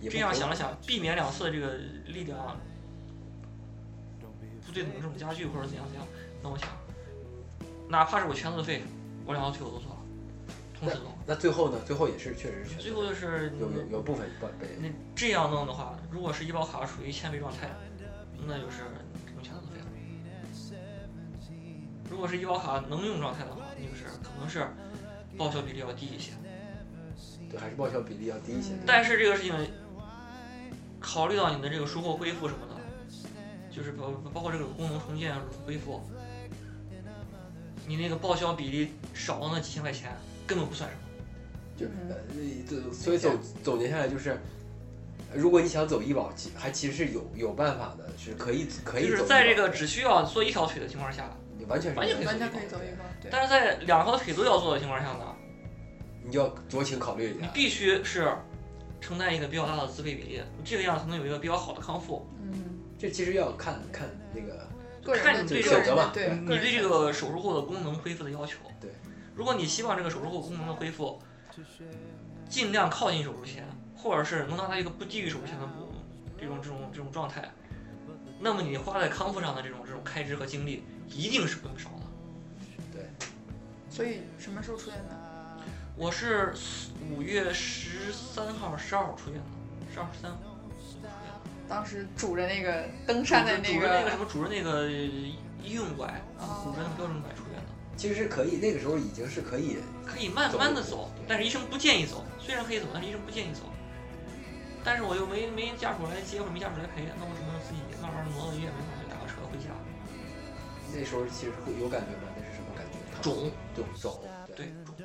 Speaker 3: 也不
Speaker 1: 这样
Speaker 3: 同
Speaker 1: 想了想，避免两次的这个力量不对等的这种加剧或者怎样怎样，那我想，哪怕是我全额费，我两条腿我都做了，同时做。
Speaker 3: 那最后呢？最后也是确实是
Speaker 1: 最后就是
Speaker 3: 有有有部分不被
Speaker 1: 那这样弄的话，如果是医保卡属于欠费状态，那就是用全额费了。如果是医保卡能用状态的话，那就是可能是报销比例要低一些。
Speaker 3: 对还是报销比例要低一些。对吧
Speaker 1: 但是这个事情，考虑到你的这个术后恢复什么的，就是包包括这个功能重建恢复，你那个报销比例少了那几千块钱根本不算什么。
Speaker 3: 就是
Speaker 4: 嗯
Speaker 3: 呃，这所以总总结下来就是，如果你想走医保，其还其实是有有办法的，是可以可以
Speaker 1: 就
Speaker 3: 走医
Speaker 1: 是
Speaker 3: 保的。
Speaker 1: 在这个只需要做一条腿的情况下，
Speaker 3: 你完全是
Speaker 1: 完全
Speaker 3: 没
Speaker 1: 可
Speaker 3: 有
Speaker 4: 完
Speaker 1: 以
Speaker 3: 的
Speaker 4: 全可以走一个，对，
Speaker 1: 但是在两条腿都要做的情况下呢，
Speaker 3: 你就要酌情考虑一
Speaker 1: 你
Speaker 3: 下。
Speaker 1: 必须是承担一个比较大的自费比例，你这个样才能有一个比较好的康复。
Speaker 4: 嗯，
Speaker 3: 这其实要看看那个
Speaker 4: 个人
Speaker 1: 看
Speaker 4: 的
Speaker 1: 你对
Speaker 4: 对
Speaker 1: 这
Speaker 4: 个
Speaker 1: 个
Speaker 4: 人的对，
Speaker 1: 你对这个手术后的功能恢复的要求。
Speaker 3: 对，
Speaker 1: 如果你希望这个手术后功能的恢复，尽量靠近手术前，或者是能达到一个不低于手术前的不这种这种这种状态，那么你花在康复上的这种这种开支和精力一定是不能少的。
Speaker 4: 所以什么时候出院的？
Speaker 1: 我是五月十三号、十二号出院的，十二号十三。
Speaker 4: 当时拄着那个登山的
Speaker 1: 主任那个什么主任那个医用拐，
Speaker 4: 哦
Speaker 1: 主任标准拐出院的，
Speaker 3: 其实是可以，那个时候已经是可以
Speaker 1: 可以慢
Speaker 3: 走
Speaker 1: 慢的
Speaker 3: 路
Speaker 1: 走
Speaker 3: 对，
Speaker 1: 但是医生不建议走。虽然可以走，但是医生不建议走。但是我又没没家属来接，或者没家属来陪，那我只能自己慢慢挪到医院门口去打个车回家。
Speaker 3: 那时候其实会有感觉吗？那是什么感觉？
Speaker 1: 肿，
Speaker 3: 肿肿，
Speaker 1: 对，肿，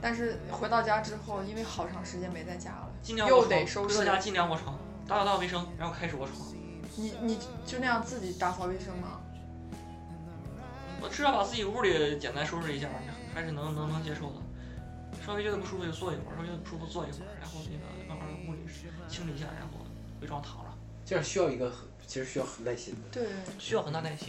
Speaker 4: 但是回到家之后，因为好长时间没在家了，
Speaker 1: 尽量
Speaker 4: 又
Speaker 1: 卧
Speaker 4: 得
Speaker 1: 床，
Speaker 4: 收
Speaker 1: 回
Speaker 4: 拾
Speaker 1: 到。家尽量卧床，打扫打扫卫生，然后开始卧床。
Speaker 4: 你你就那样自己打扫卫生吗？
Speaker 1: 我至少把自己屋里简单收拾一下，还是能能能接受的。稍微觉得不舒服就坐一会儿，稍微觉得不舒服坐一会儿，然后那个慢慢屋里清理一下，然后回床躺着。
Speaker 3: 这样需要一个很，其实需要很耐心的，
Speaker 4: 对，
Speaker 1: 需要很大耐心。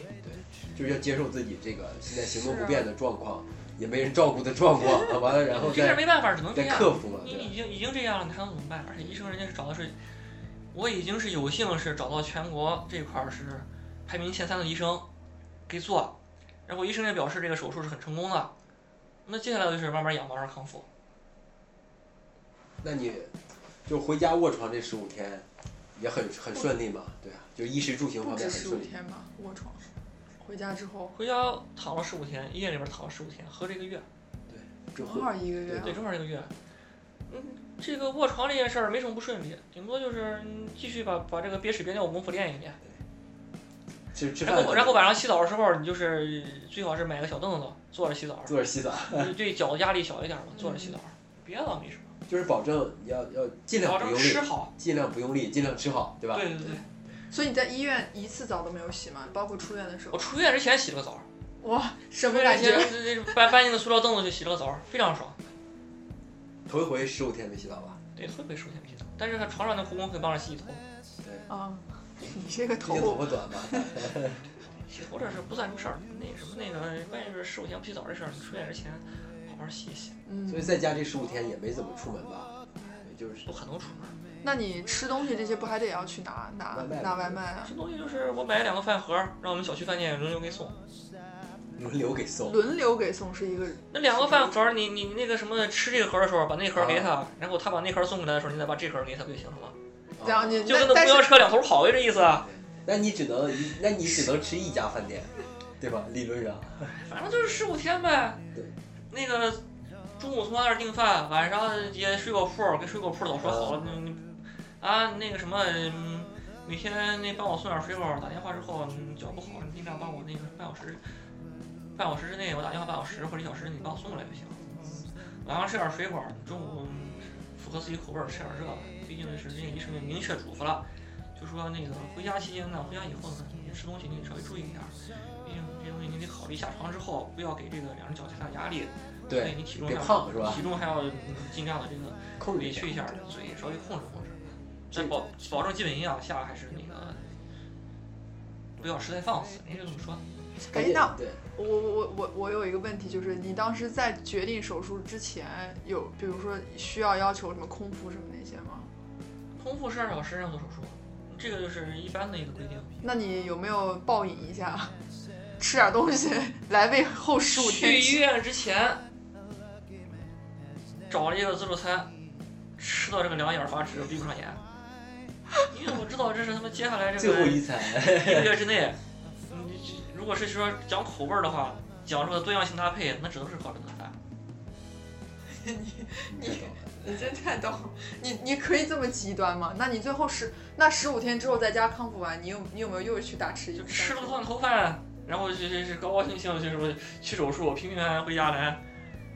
Speaker 3: 就是要接受自己这个现在行动
Speaker 4: 是
Speaker 3: 不
Speaker 4: 啊
Speaker 3: 便的状况，也没人照顾的状况，啊完了然后
Speaker 1: 这事儿
Speaker 3: 再
Speaker 1: 没办法，只能这
Speaker 3: 再
Speaker 1: 样。
Speaker 3: 克服嘛，
Speaker 1: 你
Speaker 3: 对吧
Speaker 1: 你已经已经这样了，你还能怎么办？而且医生人家是找的是我已经是有幸是找到全国这块儿是排名前三的医生给做，然后医生也表示这个手术是很成功的。那接下来就是慢慢养，慢慢康复。
Speaker 3: 那你就回家卧床这十五天也很很顺利嘛？对啊，就衣食住行方
Speaker 4: 不
Speaker 3: 面
Speaker 4: 止
Speaker 3: 很
Speaker 4: 十五
Speaker 3: 顺利。
Speaker 4: 天吧，卧床。回家之后
Speaker 1: 回家躺了十五天，医院里边躺了十五天，合着一个月，
Speaker 3: 就
Speaker 4: 正
Speaker 3: 回
Speaker 4: 好一个月啊，
Speaker 1: 对，正好一个月。嗯，这个卧床这件事儿没什么不顺利，顶多就是嗯继续把把这个憋屎憋尿功夫练一练。
Speaker 3: 吃吃
Speaker 1: 然
Speaker 3: 饭
Speaker 1: 后
Speaker 3: 了，
Speaker 1: 然后晚上洗澡的时候，你就是最好是买个小凳子坐着洗澡，
Speaker 3: 坐着洗澡，
Speaker 1: 你对脚压力小一点嘛，坐着洗澡，别的没什么。
Speaker 3: 就是保证你要要尽量
Speaker 1: 保
Speaker 3: 不
Speaker 1: 证
Speaker 3: 用
Speaker 1: 吃
Speaker 3: 力，
Speaker 1: 好。
Speaker 3: 尽量不用力，尽量吃好，对吧？
Speaker 1: 对对对，
Speaker 4: 所以你在医院一次澡都没有洗吗？包括出院的时
Speaker 1: 我
Speaker 4: 候，
Speaker 1: 出院之前洗了个澡，
Speaker 4: 哇，什
Speaker 1: 出
Speaker 4: 么
Speaker 1: 院
Speaker 4: 感
Speaker 1: 之前
Speaker 4: 觉？
Speaker 1: 这这搬搬进个塑料凳子去洗了个澡，非常爽。
Speaker 3: 头一回十五天没洗澡吧？
Speaker 1: 对，特别舒服，洗澡。但是他床上那护工会帮着洗头，
Speaker 4: 啊，你这个
Speaker 3: 毕竟头
Speaker 4: 头
Speaker 3: 发短嘛。
Speaker 1: 洗头这事不算什么事儿。那什么那个，关键是十五天不洗澡这事儿，你出院之前好好洗一洗，
Speaker 4: 嗯
Speaker 3: 所以，在家这十五天也没怎么出门吧，也就是
Speaker 1: 不可能出门。
Speaker 4: 那你吃东西这些不还得要去拿拿
Speaker 3: 外卖
Speaker 4: 拿
Speaker 3: 吗
Speaker 4: 外卖啊？
Speaker 1: 这东西就是我买了两个饭盒，让我们小区饭店轮流给送。
Speaker 3: 轮流给送。
Speaker 4: 轮流给送是一个
Speaker 1: 那两个饭盒，你你那个什么吃这个盒的时候，把那盒给
Speaker 4: 啊
Speaker 1: 他，然后他把那盒送过来的时候，你再把这盒给他不就行了吗？
Speaker 4: 然后你
Speaker 1: 就跟
Speaker 4: 那
Speaker 1: 那
Speaker 4: 但
Speaker 1: 公交
Speaker 4: 是
Speaker 1: 车两头跑一这意思啊。
Speaker 3: 啊那你只能，那你只能吃一家饭店，对吧？理论上，
Speaker 1: 反正就是十五天呗。
Speaker 3: 对，
Speaker 1: 那个中午从他那儿订饭，晚上也水果铺跟水果铺早说好了，你你啊那个什么，嗯每天那帮我送点水果，打电话之后你脚不好，你尽量帮我那个半小时，半小时之内我打电话半小时或者一小时你帮我送过来就行。嗯晚上吃点水果，中午符合自己口味儿吃点热的，毕竟是人家医生也明确嘱咐了。就说那个回家期间呢，回家以后呢，你吃东西你稍微注意一点儿，毕竟这东西你得考虑下床之后不要给这个两只脚太大压力，
Speaker 3: 对，
Speaker 1: 你体重
Speaker 3: 别
Speaker 1: 要
Speaker 3: 胖是吧
Speaker 1: 体重还要嗯尽量的这个
Speaker 3: 控制
Speaker 1: 委
Speaker 3: 一下
Speaker 1: 屈一下嘴，稍微控制控制，但保保证基本营养下还是那个不要实在放肆，人家就这么说。
Speaker 3: 赶紧
Speaker 4: 哎那
Speaker 3: 对，
Speaker 4: 我我我我我有一个问题，就是你当时在决定手术之前有，比如说需要要求什么空腹什么那些吗？
Speaker 1: 空腹十二小时让做手术，这个就是一般的一个规定。
Speaker 4: 那你有没有暴饮一下，吃点东西来为后十五天
Speaker 1: 去医
Speaker 4: 积？
Speaker 1: 院之前找了一个自助餐，吃到这个两眼发直，闭不上眼， 因为我知道这是他们接下来这
Speaker 3: 最
Speaker 1: 个
Speaker 3: 后
Speaker 1: 一
Speaker 3: 一餐，
Speaker 1: 个月之内，你这如果是说讲口味儿的话，讲这个多样性搭配，那只能是靠这顿饭。
Speaker 4: 你你真太懂，你你可以这么极端吗？那你最后十那十五天之后在家康复完，你有你有没有又去大吃一
Speaker 1: 就
Speaker 4: 顿？
Speaker 1: 吃了个烫头饭，然后就是是高高兴兴去什么去手术，平平安安回家来。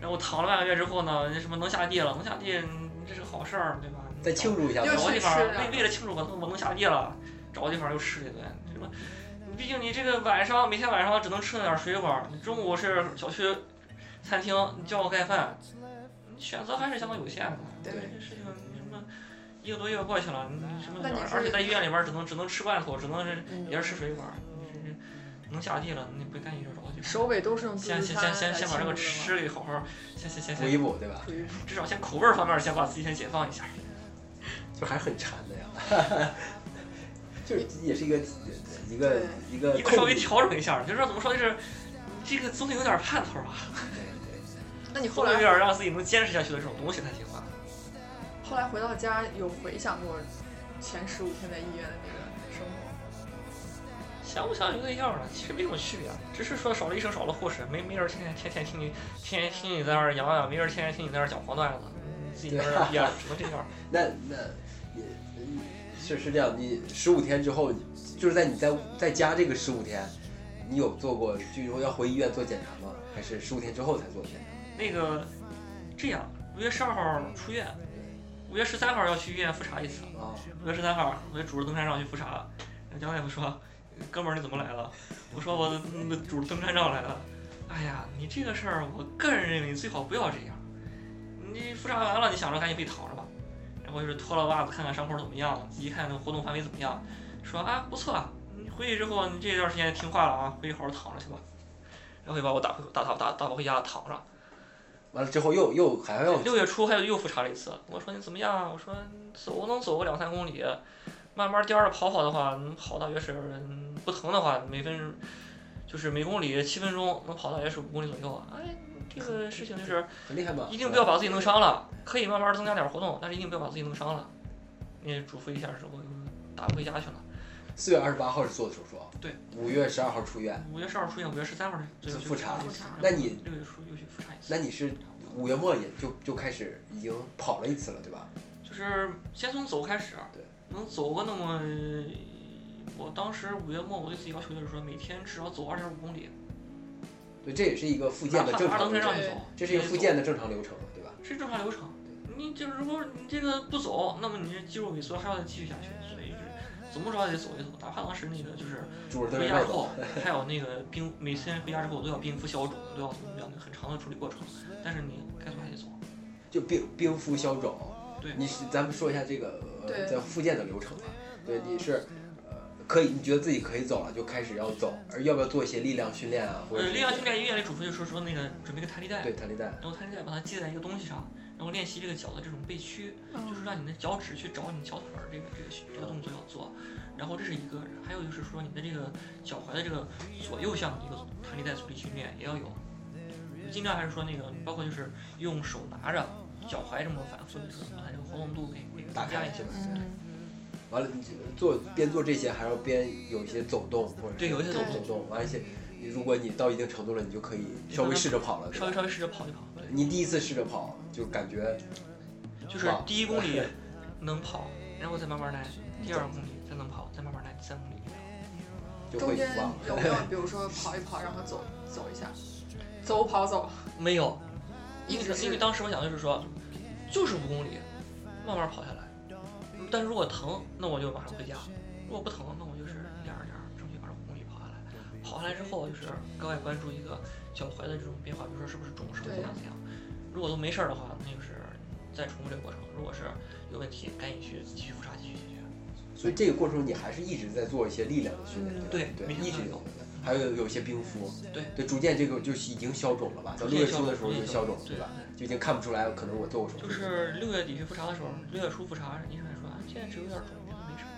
Speaker 1: 然后躺了半个月之后呢，那什么能下地了，能下地，嗯这是个好事儿，对吧？
Speaker 3: 再庆祝一下
Speaker 4: 又
Speaker 3: 吧。
Speaker 1: 找个地方
Speaker 4: 又是吃的
Speaker 1: 为为了庆祝我我能下地了，找个地方又吃了一顿。什么？毕竟你这个晚上每天晚上只能吃那点水果，你中午是小区餐厅，你叫个盖饭，你选择还是相当有限的。
Speaker 4: 对
Speaker 1: 这事情你什么一个多月过去了，你什么
Speaker 4: 那你是
Speaker 1: 而且在医院里边儿只能只能吃罐头，只能是
Speaker 4: 嗯
Speaker 1: 也是吃水果，你是能下地了，你不赶紧就找个地方。
Speaker 4: 嗯首尾都是用自助
Speaker 1: 先先先
Speaker 4: 餐
Speaker 1: 先
Speaker 4: 来
Speaker 1: 先把这个
Speaker 4: 庆祝的吗
Speaker 1: 吃给好好，先先先
Speaker 3: 补一
Speaker 1: 先，
Speaker 3: 补，对吧？
Speaker 4: 属于
Speaker 1: 至少先口味儿方面儿先把自己先解放一下。
Speaker 3: 就还是很馋的呀，就是也是一个一个一个
Speaker 1: 一个稍微
Speaker 3: 控
Speaker 1: 调
Speaker 3: 制
Speaker 1: 整一下，就是说怎么说，就是这个总得有点盼头吧，
Speaker 3: 对
Speaker 4: 那你后
Speaker 1: 总得有
Speaker 4: 来
Speaker 1: 点让自己能坚持下去的这种东西才行吧。
Speaker 4: 后来回到家有回想过前十五天在医院的那个生活？
Speaker 1: 想不想一个样儿啊？其实没什么区别，只是说少了医生，少了护士，没没人天天天天听你天天听你在那儿洋洋，没人天天听你在那儿讲黄段子，嗯自己在那儿憋着，只能这样。
Speaker 3: 对，那那也嗯是是这样，你十五天之后，你就是在你在在家这个十五天，你有做过，就是说要回医院做检查吗？还是十五天之后才做检查？
Speaker 1: 那个这样，五月十二号出院，五月十三号要去医院复查一次。
Speaker 3: 啊、
Speaker 1: 五月十三号，我就拄着登山杖去复查，杨大夫说：“哥们儿，你怎么来了？”我说：“我嗯拄着登山杖来了。”哎呀，你这个事儿，我个人认为你最好不要这样。你复查完了，你想着赶紧被躺着吧。然后就是脱了袜子看看伤口怎么样，仔细看那个活动范围怎么样，说啊不错，你回去之后你这段时间听话了啊，回去好好躺着去吧。然后就把我打回打打打打包回家躺着。
Speaker 3: 完了之后又又还要
Speaker 1: 六月初还有又复查了一次，我说你怎么样啊？我说走能走个两三公里，慢慢颠儿着跑跑的话，能跑到原始嗯不疼的话，每分就是每公里七分钟能跑到原始五公里左右啊。哎，这个事情就是
Speaker 3: 很厉害吧？
Speaker 1: 一定不要把自己弄伤了，可以慢慢增加点活动，但是一定不要把自己弄伤了。你也嘱咐一下，是我打不回家去了。
Speaker 3: 四月二十八号是做的手术啊，
Speaker 1: 对，
Speaker 3: 五月十二号出院。
Speaker 1: 五月十二出院，五月十三号这个
Speaker 3: 去复查
Speaker 1: 这个
Speaker 4: 复查
Speaker 3: 那你
Speaker 1: 六月初又去复查一次。
Speaker 3: 那你是五月末也就就开始已经跑了一次了，对吧？
Speaker 1: 就是先从走开始，啊
Speaker 3: 对，
Speaker 1: 能走个那么，我当时五月末我对自己要求就是说每天至少走二点五公里，
Speaker 3: 对，这也是一个复健
Speaker 1: 哪
Speaker 3: 的
Speaker 1: 怕
Speaker 3: 正
Speaker 1: 爬
Speaker 3: 常
Speaker 1: 登山
Speaker 3: 流
Speaker 1: 让你
Speaker 3: 程，
Speaker 4: 对
Speaker 1: 走，
Speaker 3: 这是一个
Speaker 1: 你
Speaker 3: 复
Speaker 1: 走
Speaker 3: 健的正常流程，对吧？
Speaker 1: 是正常流程。你就是如果你这个不走，那么你这肌肉萎缩还要再继续下去，所以是怎么着也得走一走。哪怕当时那个就是
Speaker 3: 主人
Speaker 1: 回
Speaker 3: 登
Speaker 1: 家
Speaker 3: 山
Speaker 1: 之
Speaker 3: 走
Speaker 1: 后，还有那个冰，每天回家之后都要冰敷消肿，都要两个很长的处理过程。但是你该走还得走，
Speaker 3: 就冰冰敷消肿。
Speaker 1: 对
Speaker 3: 你是咱们说一下这个呃
Speaker 4: 对
Speaker 3: 在复健的流程吧。对，你是呃可以，你觉得自己可以走了，就开始要走，而要不要做一些力量训练啊？或者
Speaker 1: 呃，
Speaker 3: 是
Speaker 1: 力量训练医院里嘱咐就说说那个准备个弹力带
Speaker 3: 对，弹力带。
Speaker 1: 然后弹力带把它系在一个东西上，然后练习这个脚的这种背屈。就是让你的脚趾去找你脚腿儿这个这个这个动作要做，然后这是一个，还有就是说你的这个脚踝的这个左右向的一个弹力带阻力训练也要有，尽量还是说那个包括就是用手拿着脚踝这么反复的时候把它这个活动度给给
Speaker 3: 打
Speaker 1: 增加
Speaker 3: 开
Speaker 1: 一些
Speaker 3: 是。吧？
Speaker 4: 嗯，
Speaker 3: 完了，你就做边做这些，还要边有一些走动，或者是
Speaker 1: 对有一些
Speaker 4: 走
Speaker 1: 动
Speaker 3: 走动。而且，你如果你到一定程度了，你就可以稍微试着跑了。对吧
Speaker 1: 稍微稍微试着跑一跑，对，
Speaker 3: 你第一次试着跑，就感觉
Speaker 1: 就是
Speaker 3: 哇
Speaker 1: 第一公里能跑，然后再慢慢来，第二公里再能跑，再慢慢来，第三公里。
Speaker 3: 就
Speaker 4: 中
Speaker 3: 会
Speaker 4: 间
Speaker 3: 忘
Speaker 4: 有没有比如说跑一跑，然后走走一下，走跑走，
Speaker 1: 没有，
Speaker 4: 一
Speaker 1: 因
Speaker 4: 直
Speaker 1: 为
Speaker 4: 是
Speaker 1: 因为当时我想的就是说，就是五公里，慢慢跑下来。但是如果疼，那我就马上回家；如果不疼，那我就是一点儿一点儿争取把这五公里跑下来。跑下来之后，就是格外关注一个脚踝的这种变化，比如说是不是肿，是不是
Speaker 4: 对
Speaker 1: 怎样怎样。如果都没事儿的话，那就是再重复这个过程；如果是有问题，赶紧去继续复查，继续解决。
Speaker 3: 所以这个过程你还是一直在做一些力量的训练
Speaker 4: 嗯，
Speaker 3: 对吧
Speaker 1: 对
Speaker 3: 对，
Speaker 1: 每天
Speaker 3: 一直
Speaker 1: 都
Speaker 3: 有
Speaker 1: 有，
Speaker 3: 还有有一些冰敷，
Speaker 1: 对
Speaker 3: 对，逐渐这个就是已经消肿了吧？到六月初的时候已经消肿了，
Speaker 1: 对
Speaker 3: 吧？？就已经看不出来，可能我做过手术
Speaker 1: 就。是六月底去复查的时候，六月初复查，医生还说啊，现在只有点肿，觉得没什么。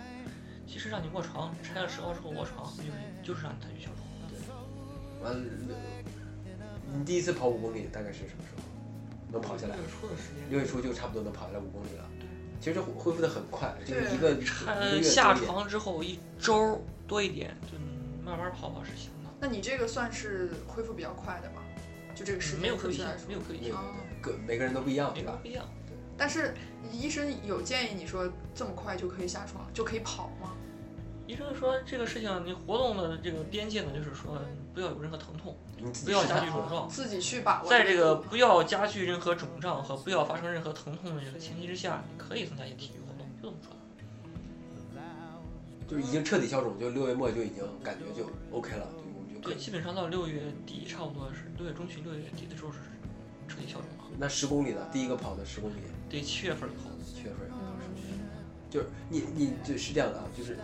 Speaker 1: 其实让你卧床，拆了石膏之后卧床，就是就是让你再去消肿。
Speaker 3: 完了，你第一次跑五公里大概是什么时候能跑下来
Speaker 1: 六？月初的时间，
Speaker 3: 六月初就差不多能跑下来五公里了。其实恢复的很快，就是
Speaker 4: 对
Speaker 3: 一个一个
Speaker 1: 呃，
Speaker 3: 月
Speaker 1: 下
Speaker 3: 多一点
Speaker 1: 床之后一周多一点，就慢慢跑跑是行的。
Speaker 4: 那你这个算是恢复比较快的吧？就这个时间
Speaker 1: 没有可
Speaker 4: 对
Speaker 1: 比
Speaker 4: 你
Speaker 1: 性
Speaker 4: 来，说
Speaker 1: 没有可比性，
Speaker 4: 哦
Speaker 3: 各每个人都不一样，
Speaker 1: 每
Speaker 3: 对
Speaker 1: 个
Speaker 3: 吧
Speaker 1: 人？不一样。
Speaker 4: 但是医生有建议你说这么快就可以下床就可以跑吗？
Speaker 1: 医生说这个事情，你活动的这个边界呢，就是说不要有任何疼痛，
Speaker 3: 你自
Speaker 1: 不
Speaker 3: 己
Speaker 1: 要
Speaker 3: 试
Speaker 1: 加
Speaker 3: 探
Speaker 1: 剧肿胀。
Speaker 4: 自己去把握
Speaker 1: 在这个
Speaker 4: 度
Speaker 1: 不要加剧任何肿胀和不要发生任何疼痛的这个前提之下，你可以增加一些体育活动，就这么说的。
Speaker 3: 就是已经彻底消肿，就六月末就已经感觉就 OK 了，对，我们就
Speaker 1: 对，
Speaker 3: 可以。
Speaker 1: 基本上到六月底，差不多是六月中旬、六月底的时候是彻底消肿了。
Speaker 3: 那十公里呢？第一个跑的十公里，
Speaker 1: 得七月份以后，
Speaker 3: 七月份，
Speaker 4: 嗯
Speaker 3: 就是你你就是这样的啊，就是你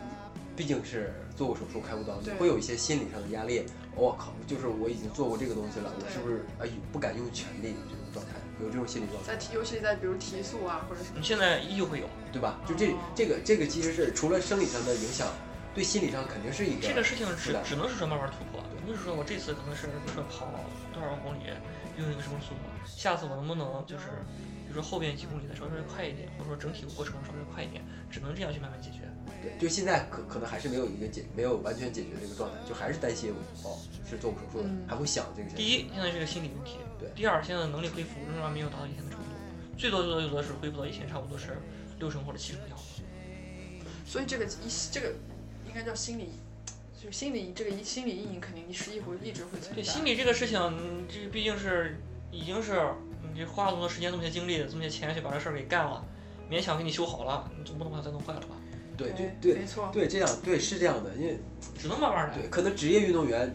Speaker 3: 毕竟是做过手术、开过刀，你
Speaker 4: 对
Speaker 3: 会有一些心理上的压力。我、靠，就是我已经做过这个东西了，我
Speaker 4: 对
Speaker 3: 是不是哎不敢用全力这种状态，有这种心理状态
Speaker 4: 在，提，尤其是在比如提速啊或者什么
Speaker 1: 你现在依旧会有。
Speaker 3: 对吧？就这这个这个其实是除了生理上的影响，对心理上肯定是一个
Speaker 1: 这个事情
Speaker 3: 是
Speaker 1: 只
Speaker 3: 的
Speaker 1: 只能是说慢慢突破，不是说我这次可能是比如说跑多少公里，用一个什么速度，下次我能不能就是，比如说后边几公里再稍微快一点，或者说整体过程稍微快一点，只能这样去慢慢解决。
Speaker 3: 对，就现在可可能还是没有一个解没有完全解决这个状态，就还是担心哦是做过手术的，
Speaker 4: 嗯
Speaker 3: 还会想这个事情。
Speaker 1: 第一，现在是个心理问题；
Speaker 3: 对
Speaker 1: 第二，现在能力恢复仍然没有达到以前的程度，最多最多最多是恢复到以前差不多是六成或者七成的样子。
Speaker 4: 所以这个一这个应该叫心理，就是心理这个一心理阴影肯定是一会一直会存在。
Speaker 1: 对心理这个事情，嗯这毕竟是已经是你这花了这么多时间、这么些精力、这么些钱去把这事儿给干了，勉强给你修好了，你总不能把它再弄坏了吧？
Speaker 3: 对对对
Speaker 4: 没错，
Speaker 3: 对，这样对是这样的，因为
Speaker 1: 只能慢慢来。
Speaker 3: 对可能职业运动员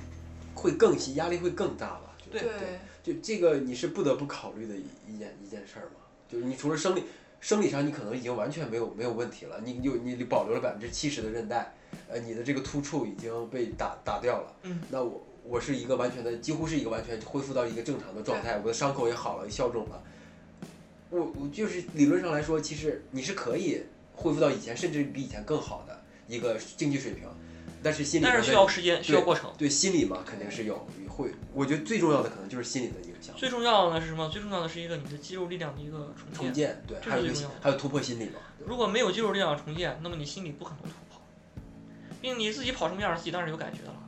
Speaker 3: 会更其压力会更大吧。就
Speaker 1: 对
Speaker 4: 对
Speaker 3: 就这个你是不得不考虑的一一件一件事儿嘛。就是你除了生理生理上，你可能已经完全没有没有问题了，你有你保留了百分之七十的韧带，呃，你的这个突触已经被打打掉了。
Speaker 1: 嗯，
Speaker 3: 那我我是一个完全的，几乎是一个完全恢复到一个正常的状态，我的伤口也好了，消肿了。我我就是理论上来说，其实你是可以恢复到以前，甚至比以前更好的一个经济水平，但是心理
Speaker 1: 但
Speaker 3: 方
Speaker 1: 是需
Speaker 3: 面
Speaker 1: 要时间，需要
Speaker 3: 对
Speaker 1: 过程。
Speaker 3: 对心理嘛，肯定是有会，我觉得最重要的可能就是心理的影响，
Speaker 1: 最重要的是什么？最重要的是一个你的肌肉力量的一个重
Speaker 3: 重
Speaker 1: 建。
Speaker 3: 建对，
Speaker 1: 这是
Speaker 3: 还有一
Speaker 1: 最
Speaker 3: 个
Speaker 1: 重要的
Speaker 3: 还有突破心理嘛，对吧
Speaker 1: 如果没有肌肉力量重建，那么你心里不可能突破，并且你自己跑什么样儿，自己当然有感觉的了。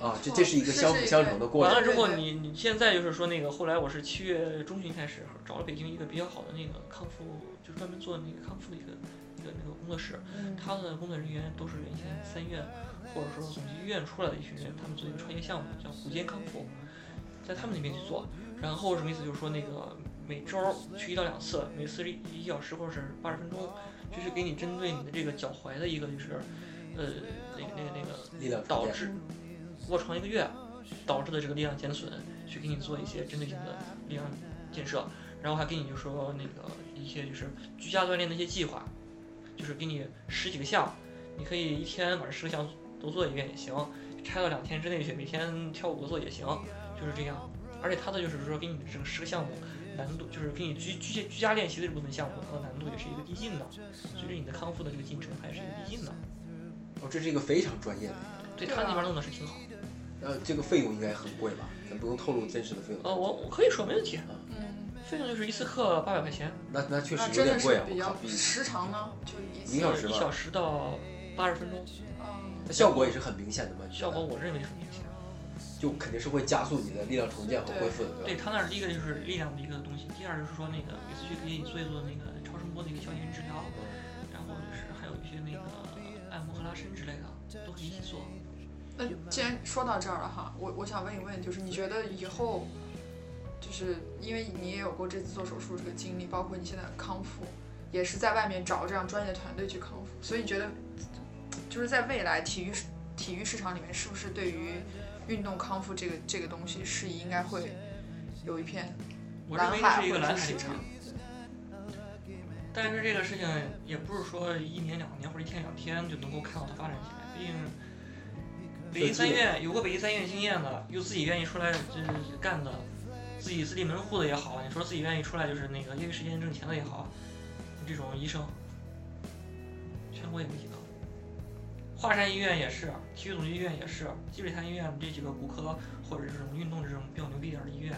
Speaker 3: 啊，这
Speaker 4: 没错
Speaker 3: 这是一个相辅相成的过
Speaker 1: 完
Speaker 3: 程
Speaker 1: 了
Speaker 4: 对
Speaker 1: 之后
Speaker 4: 对
Speaker 1: 你，你现在就是说那个，后来我是七月中旬开始找了北京一个比较好的那个康复，就是专门做那个康复的一个一个那个工作室，
Speaker 4: 嗯
Speaker 1: 他的工作人员都是原先三院或者说从医院出来的一群人，他们做一个创业项目叫骨间康复，在他们那边去做。然后什么意思？就是说那个每周去一到两次，每次是一一小时或者是八十分钟，就是给你针对你的这个脚踝的一个就是呃那个那个那个
Speaker 3: 力量重
Speaker 1: 导
Speaker 3: 建
Speaker 1: 致卧床一个月导致的这个力量减损，去给你做一些针对性的力量建设，然后还给你就说那个一些就是居家锻炼的一些计划，就是给你十几个项，你可以一天把这十个项都做一遍也行，拆到两天之内去，每天挑五个做也行，就是这样。而且它的就是说给你的这个十个项目难度，就是给你居居居家练习的这部分项目，它的难度也是一个递进的，随着你的康复的这个进程还是一个递进的。
Speaker 3: 哦，这是一个非常专业的，
Speaker 1: 对
Speaker 4: 对
Speaker 1: 他那
Speaker 4: 啊
Speaker 1: 边弄的是挺好。
Speaker 3: 呃，这个费用应该很贵吧？咱不用透露真实的费用。
Speaker 1: 呃，我我可以说没问题，
Speaker 4: 嗯，
Speaker 1: 费用就是一次课八百块钱，
Speaker 3: 那那确实
Speaker 4: 那
Speaker 3: 有
Speaker 4: 真
Speaker 3: 点
Speaker 4: 的
Speaker 3: 贵
Speaker 4: 是
Speaker 3: 啊，
Speaker 4: 比
Speaker 3: 我靠
Speaker 4: 较，
Speaker 3: 比
Speaker 4: 时长呢，就一
Speaker 3: 一
Speaker 4: 次
Speaker 3: 个，小时
Speaker 1: 一
Speaker 3: 吧
Speaker 1: 小时到八十分钟，
Speaker 4: 嗯，
Speaker 3: 那效果也是很明显的嘛，你觉
Speaker 1: 效
Speaker 3: 得
Speaker 1: 果我认为很明显。
Speaker 3: 就肯定是会加速你的力量重建和恢复的，
Speaker 1: 对啊
Speaker 3: 对吧？
Speaker 1: 他那儿第一个就是力量的一个东西，第二就是说那个每次去可以做一做那个超声波的一个消炎治疗，然后就是还有一些那个按摩和拉伸之类的都可以一起做。
Speaker 4: 那既然说到这儿了哈，我我想问一问，就是你觉得以后，就是因为你也有过这次做手术这个经历，包括你现在康复，也是在外面找这样专业的团队去康复，所以你觉得，就是在未来体育市体育市场里面，是不是对于运动康复这个这个东西是应该会有一片
Speaker 1: 我认
Speaker 4: 蓝
Speaker 1: 为
Speaker 4: 海
Speaker 1: 是一
Speaker 4: 或
Speaker 1: 个
Speaker 4: 者
Speaker 1: 蓝
Speaker 4: 是
Speaker 1: 海
Speaker 4: 市
Speaker 1: 领
Speaker 4: 场
Speaker 1: 域？，但是这个事情也不是说一年两年或者一天两天就能够看到它发展起来，毕竟北医三院有过北医三院经验的，又自己愿意出来就是干的，自己自立门户的也好，你说自己愿意出来就是那个业余时间挣钱的也好，这种医生全国也没几个。华山医院也是，体育总局医院也是，积水潭医院这几个骨科或者这种运动这种比较牛逼点儿的医院，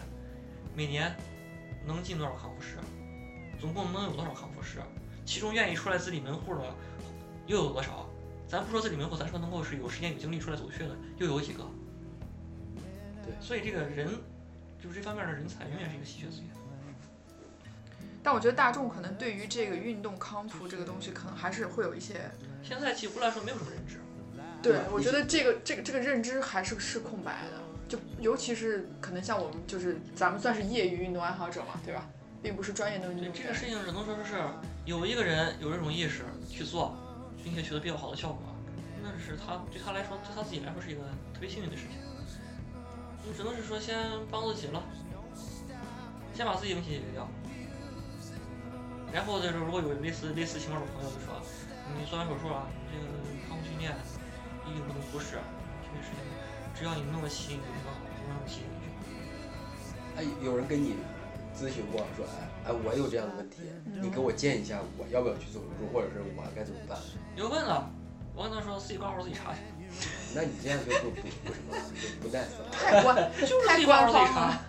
Speaker 1: 每年能进多少康复师？总共能有多少康复师？其中愿意出来自立门户的又有多少？咱不说自立门户，咱说能够是有时间有精力出来走穴的又有几个？
Speaker 3: 对
Speaker 1: 所以这个人就是这方面的人才永远是一个稀缺资源。
Speaker 4: 但我觉得大众可能对于这个运动康复这个东西，可能还是会有一些
Speaker 1: 现在几乎来说没有什么认知，
Speaker 3: 对
Speaker 4: 对
Speaker 3: 吧，
Speaker 4: 我
Speaker 3: 你
Speaker 4: 觉
Speaker 3: 是
Speaker 4: 得这个这个这个认知还是是空白的，就尤其是可能像我们就是咱们算是业余运动爱好者嘛，对吧？并不是专业的运
Speaker 1: 对
Speaker 4: 动
Speaker 1: 这个
Speaker 4: 员。
Speaker 1: 事情只能说是有一个人有这种意识去做，并且取得比较好的效果，那是他对他来说对他自己来说是一个特别幸运的事情。你只能是说先帮自己了，先把自己问题解决掉。然后就是如果有类似类似情况的朋友就说，你做完手术啊，你这个康复训练一定不能忽视，这些事情只要你弄得起，你就能弄得起你就
Speaker 3: 哎，有人跟你咨询过说，哎哎，我有这样的问题，
Speaker 4: 嗯
Speaker 3: 你给我建议一下，我要不要去做手术，或者是我该怎么办？
Speaker 1: 有问了，我跟他说自己挂号自己查去，
Speaker 3: 那你这样就不不不什么了，就不 nice 了。
Speaker 4: 太官
Speaker 1: 自
Speaker 4: 太
Speaker 1: 己挂
Speaker 4: 官
Speaker 1: 号自己
Speaker 4: 方
Speaker 1: 查
Speaker 4: 了。。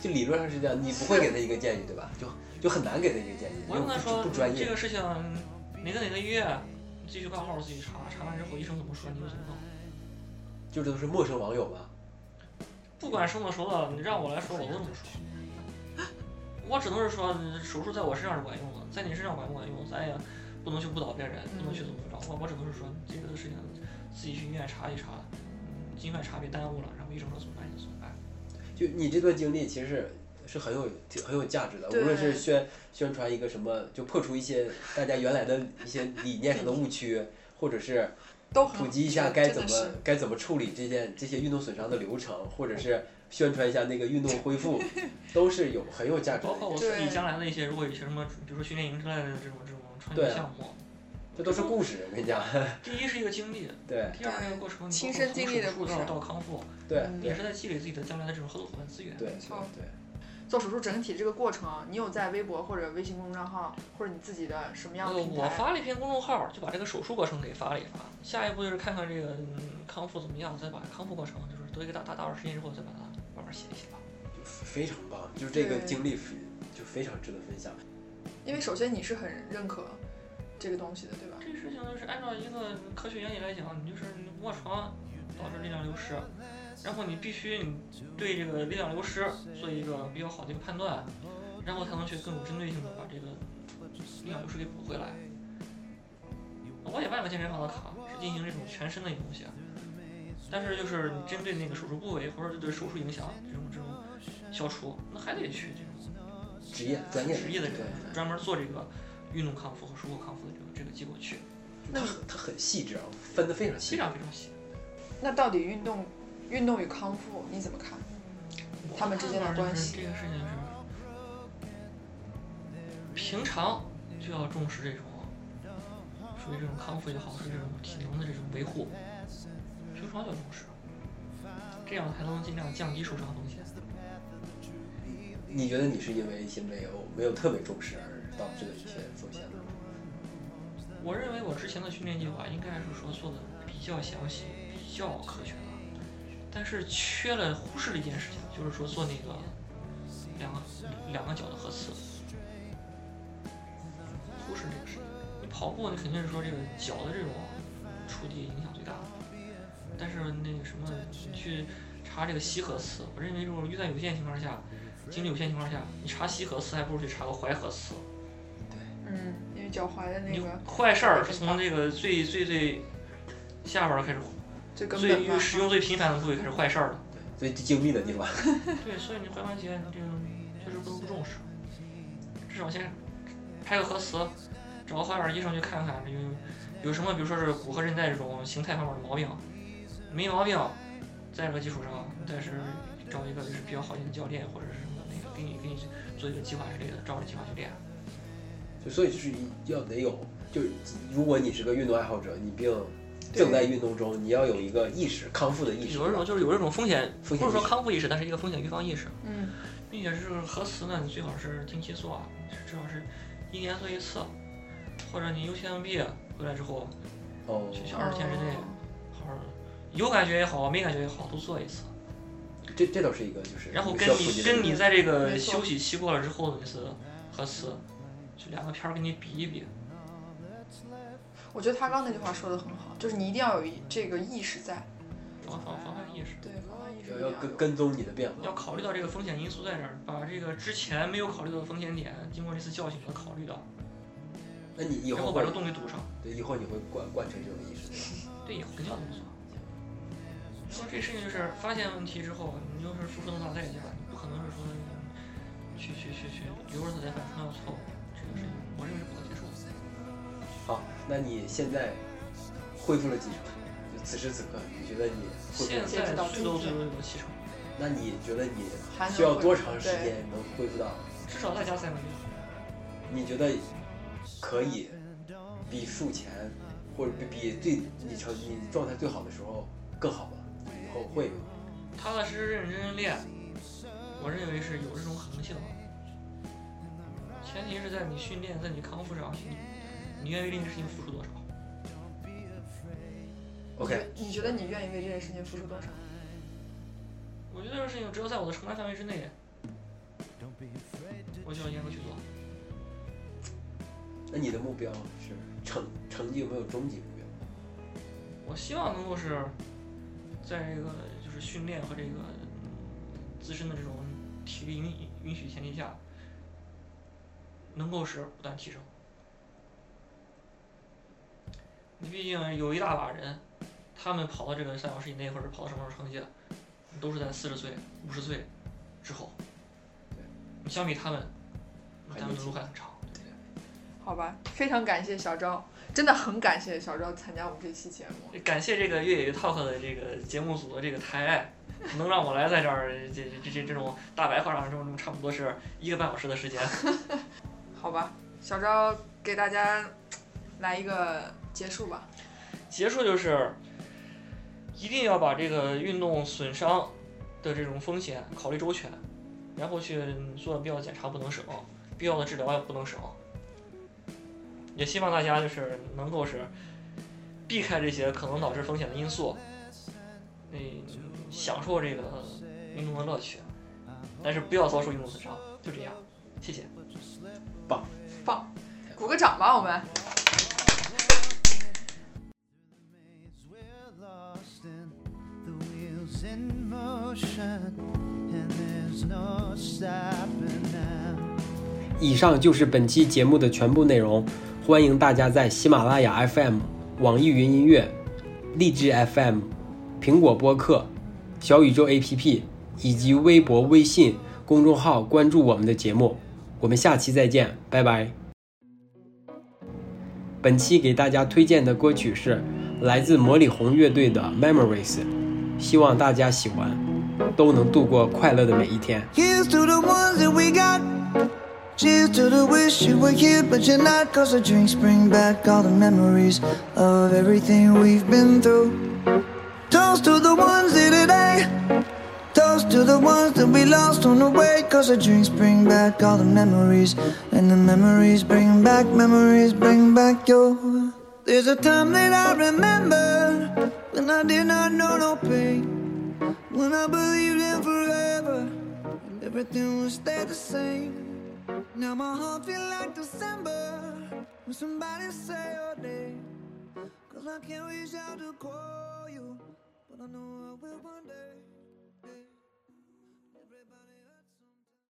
Speaker 3: 就理论上是这样，你不会给他一个建议，对吧？就就很难给他一个建议，
Speaker 1: 我
Speaker 3: 因为
Speaker 1: 跟他说
Speaker 3: 不不专
Speaker 1: 这
Speaker 3: 业
Speaker 1: 个。事情，哪个哪个医院，你自己去挂号，自己查，查完之后医生怎么说你就怎么弄。
Speaker 3: 就这都是陌生网友嘛，
Speaker 1: 不管生的熟的，你让我来说我都这么说。我只能是说，手术在我身上是管用的，在你身上管不管用，咱也不能去误导别人，不能去怎么着。我我只能是说，这个事情自己去医院查一查，嗯，尽快查，别耽误了。然后医生说怎么办就怎么办。
Speaker 3: 就你这段经历其实是是很有挺很有价值的，
Speaker 4: 对
Speaker 3: 无论是宣宣传一个什么，就破除一些大家原来的一些理念上的误区，或者是
Speaker 4: 都很
Speaker 3: 普及一下该怎么
Speaker 4: 嗯真的是
Speaker 3: 该怎么处理这件这些运动损伤的流程，或者是宣传一下那个运动恢复，都是有很有价值的
Speaker 1: 包括我
Speaker 3: 一个，
Speaker 1: 自己
Speaker 4: 对
Speaker 1: 将来的一些，如果有些什么，比如说训练营之类的这种这种创
Speaker 3: 对
Speaker 1: 业
Speaker 3: 啊
Speaker 1: 项目，
Speaker 3: 这都是故事。我跟你讲，
Speaker 1: 第一是一个经历，
Speaker 3: 对
Speaker 1: 第二这个过程，你
Speaker 4: 亲
Speaker 1: 包括
Speaker 4: 身
Speaker 1: 从
Speaker 4: 经历的
Speaker 1: 手术
Speaker 4: 故事
Speaker 1: 到到康复，
Speaker 3: 对
Speaker 4: 嗯
Speaker 1: 也是在积累自己的将来的这种合作伙伴资源。
Speaker 3: 对对
Speaker 4: 没错
Speaker 3: 对，
Speaker 4: 做手术整体这个过程，啊你有在微博或者微信公众账号或者你自己的什么样
Speaker 1: 呃，
Speaker 4: 的平
Speaker 1: 我
Speaker 4: 台？
Speaker 1: 发了一篇公众号，就把这个手术过程给发了一发。下一步就是看看这个、嗯、康复怎么样，再把康复过程，就是多一个大大大段时间之后，再把它慢慢写一写吧。
Speaker 3: 就非常棒，就是这个
Speaker 4: 对
Speaker 3: 经历非就非常值得分享。
Speaker 4: 因为首先你是很认可这个东西的，对吧？
Speaker 1: 这个事情就是按照一个科学原理来讲，你就是你卧床导致力量流失，然后你必须你对这个力量流失做一个比较好的一个判断，然后才能去更有针对性的把这个力量流失给补回来。我也办了健身房的卡，是进行这种全身的一个东西，但是就是你针对那个手术部位或者对手术影响这种这种消除，那还得去这种
Speaker 3: 职业专业
Speaker 1: 职业的人
Speaker 3: 对，
Speaker 1: 专门做这个运动康复和术后康复的这个这个机构去，
Speaker 3: 它它很细致啊，分得非常
Speaker 1: 非
Speaker 3: 细。
Speaker 1: 常非常细。
Speaker 4: 那到底运动、运动与康复你怎么看？他们之间的关系
Speaker 1: 这个事情是，平常就要重视这种，属于这种康复也好，是这种体能的这种维护，平常就要重视，这样才能尽量降低受伤风险。
Speaker 3: 你觉得你是因为一些没有没有特别重视而导致的一些风险吗？
Speaker 1: 我认为我之前的训练计划应该是说做的比较详细、比较科学了，但是缺了忽视了一件事情，就是说做那个两个两个脚的核磁，忽视这个事情。你跑步，你肯定是说这个脚的这种触地影响最大，但是那个什么，你去查这个膝核磁，我认为这种预算有限情况下，精力有限情况下，你查膝核磁还不如去查个踝核磁。
Speaker 4: 嗯，因为脚踝的那
Speaker 1: 你
Speaker 4: 个
Speaker 1: 坏事儿是从这个最最最下边儿开始，
Speaker 4: 最根本嘛
Speaker 1: 最，使用最频繁的部位开始坏事 儿了。
Speaker 3: 对，最精密的地方。
Speaker 1: 对，所以你踝关节你这个确实不能不重视，至少先拍个核磁，找个好点儿医生去看看有有什么，比如说是骨和韧带这种形态方面的毛病，没毛病，在这个基础上，再是找一个就是比较好一点的教练或者是什么那个给你给你做一个计划之类的，照着计划去练。
Speaker 3: 就所以就是要得有，就是如果你是个运动爱好者，你并
Speaker 4: 对
Speaker 3: 正在运动中，你要有一个意识康复的意识。
Speaker 1: 有这种就是有这种风险，
Speaker 3: 风险
Speaker 1: 不是说
Speaker 3: 意识
Speaker 1: 康复意识，但是一个风险预防意识。
Speaker 4: 嗯，
Speaker 1: 并且是核磁呢，你最好是定期做，啊，至少是一年做一次，或者你 UTMB 回来之后，
Speaker 3: 哦，
Speaker 1: 去去二十天之内
Speaker 4: 哦，
Speaker 1: 好好有感觉也好，没感觉也好，都做一次。
Speaker 3: 这这倒是一个就是
Speaker 1: 然后
Speaker 3: 需
Speaker 1: 跟
Speaker 3: 要普
Speaker 1: 你
Speaker 3: 及的
Speaker 1: 跟你在这个
Speaker 4: 没错
Speaker 1: 休息期过了之后的那次核磁，就两个片儿给你比一比。
Speaker 4: 我觉得他刚那句话说的很好，就是你一定要有一这个意识在，
Speaker 1: 防防防范意识，
Speaker 4: 对，防范意识一
Speaker 3: 要
Speaker 4: 定要
Speaker 3: 要
Speaker 4: 有
Speaker 3: 跟跟踪你的变化。
Speaker 1: 要考虑到这个风险因素在这儿，把这个之前没有考虑到的风险点，经过这次教训把它考虑到，
Speaker 3: 那你以
Speaker 1: 然
Speaker 3: 后
Speaker 1: 后把
Speaker 3: 会
Speaker 1: 这个洞给堵上。
Speaker 3: 对以后你会贯贯彻这种意识对吧。
Speaker 1: 对，以后肯定要这么做。说这事情就是发现问题之后，你就是付出多大代价，你不可能是说去去去去留着它再犯同样的错误，这个事情我认为是不可接受的。
Speaker 3: 好，那你现在恢复了几成？就此时此刻，你觉得你恢复
Speaker 1: 现
Speaker 3: 了几成？
Speaker 1: 在最多最多有七成，
Speaker 3: 那你觉得你
Speaker 4: 还能
Speaker 3: 需要
Speaker 4: 恢
Speaker 3: 多
Speaker 4: 复
Speaker 3: 长时
Speaker 4: 对
Speaker 3: 间能恢复到？
Speaker 1: 至少再加三个月。
Speaker 3: 你觉得可以比术前，或者比比最你成你状态最好的时候更好吗？以后会吗？
Speaker 1: 踏踏实实、认认真真练，我认为是有这种可能性的。前提是在你训练、在你康复上，你你愿意为这件事情付出多少？
Speaker 3: OK
Speaker 4: 你觉得你愿意为这件事情付出多少？
Speaker 1: 我觉得这个事情只有在我的承担范围之内，我就要严格去做。
Speaker 3: 那你的目标是成成绩有没有终极目标？
Speaker 1: 我希望能够是在这个就是训练和这个自身的这种体力允允许前提下，能够是不断提升。你毕竟有一大把人，他们跑到这个三小时以内，或者跑到什么成绩，都是在四十岁、五十岁之后。
Speaker 3: 对，
Speaker 1: 你相比他们，咱们的路
Speaker 3: 还
Speaker 1: 还很长。
Speaker 4: 好吧，非常感谢小昭，真的很感谢小昭参加我们这期节目。
Speaker 1: 感谢这个越野 Talk 的这个节目组的这个抬爱，能让我来在这儿这这这这种大白话上这种差不多是一个半小时的时间。
Speaker 4: 好吧，小昭给大家来一个结束吧。
Speaker 1: 结束就是，一定要把这个运动损伤的这种风险考虑周全，然后去做必要的检查不能少，必要的治疗也不能少。也希望大家就是能够是避开这些可能导致风险的因素，嗯，享受这个运动的乐趣，但是不要遭受运动损伤，就这样。谢谢，
Speaker 3: 棒
Speaker 1: 棒，
Speaker 4: 鼓个掌吧，我们。
Speaker 5: We're lost in the wheels in motion, and there's no stopping now.
Speaker 3: 以上就是本期节目的全部内容，欢迎大家在喜马拉雅 FM、网易云音乐、荔枝 FM、苹果播客、小宇宙 APP 以及微博、微信公众号关注我们的节目。我们下期再见，拜拜。本期给大家推荐的歌曲是来自魔力红乐队的《Memories》，希望大家喜欢，都能度过快乐的每一天。
Speaker 6: Here's to the ones that we got. Cheers to the wish you were here, but you're not. Cause the drinks bring back all the memories of everything we've been through. Toast to the ones here today. Toast to the ones that we lost on the way. Cause the drinks bring back all the memories. And the memories bring back, memories bring back your. There's a time that I remember when I did not know no pain. When I believed in forever. Everything will stay the same. Now my heart feel like December when somebody say your name. Cause I can't reach out to call you, but I know I will one day.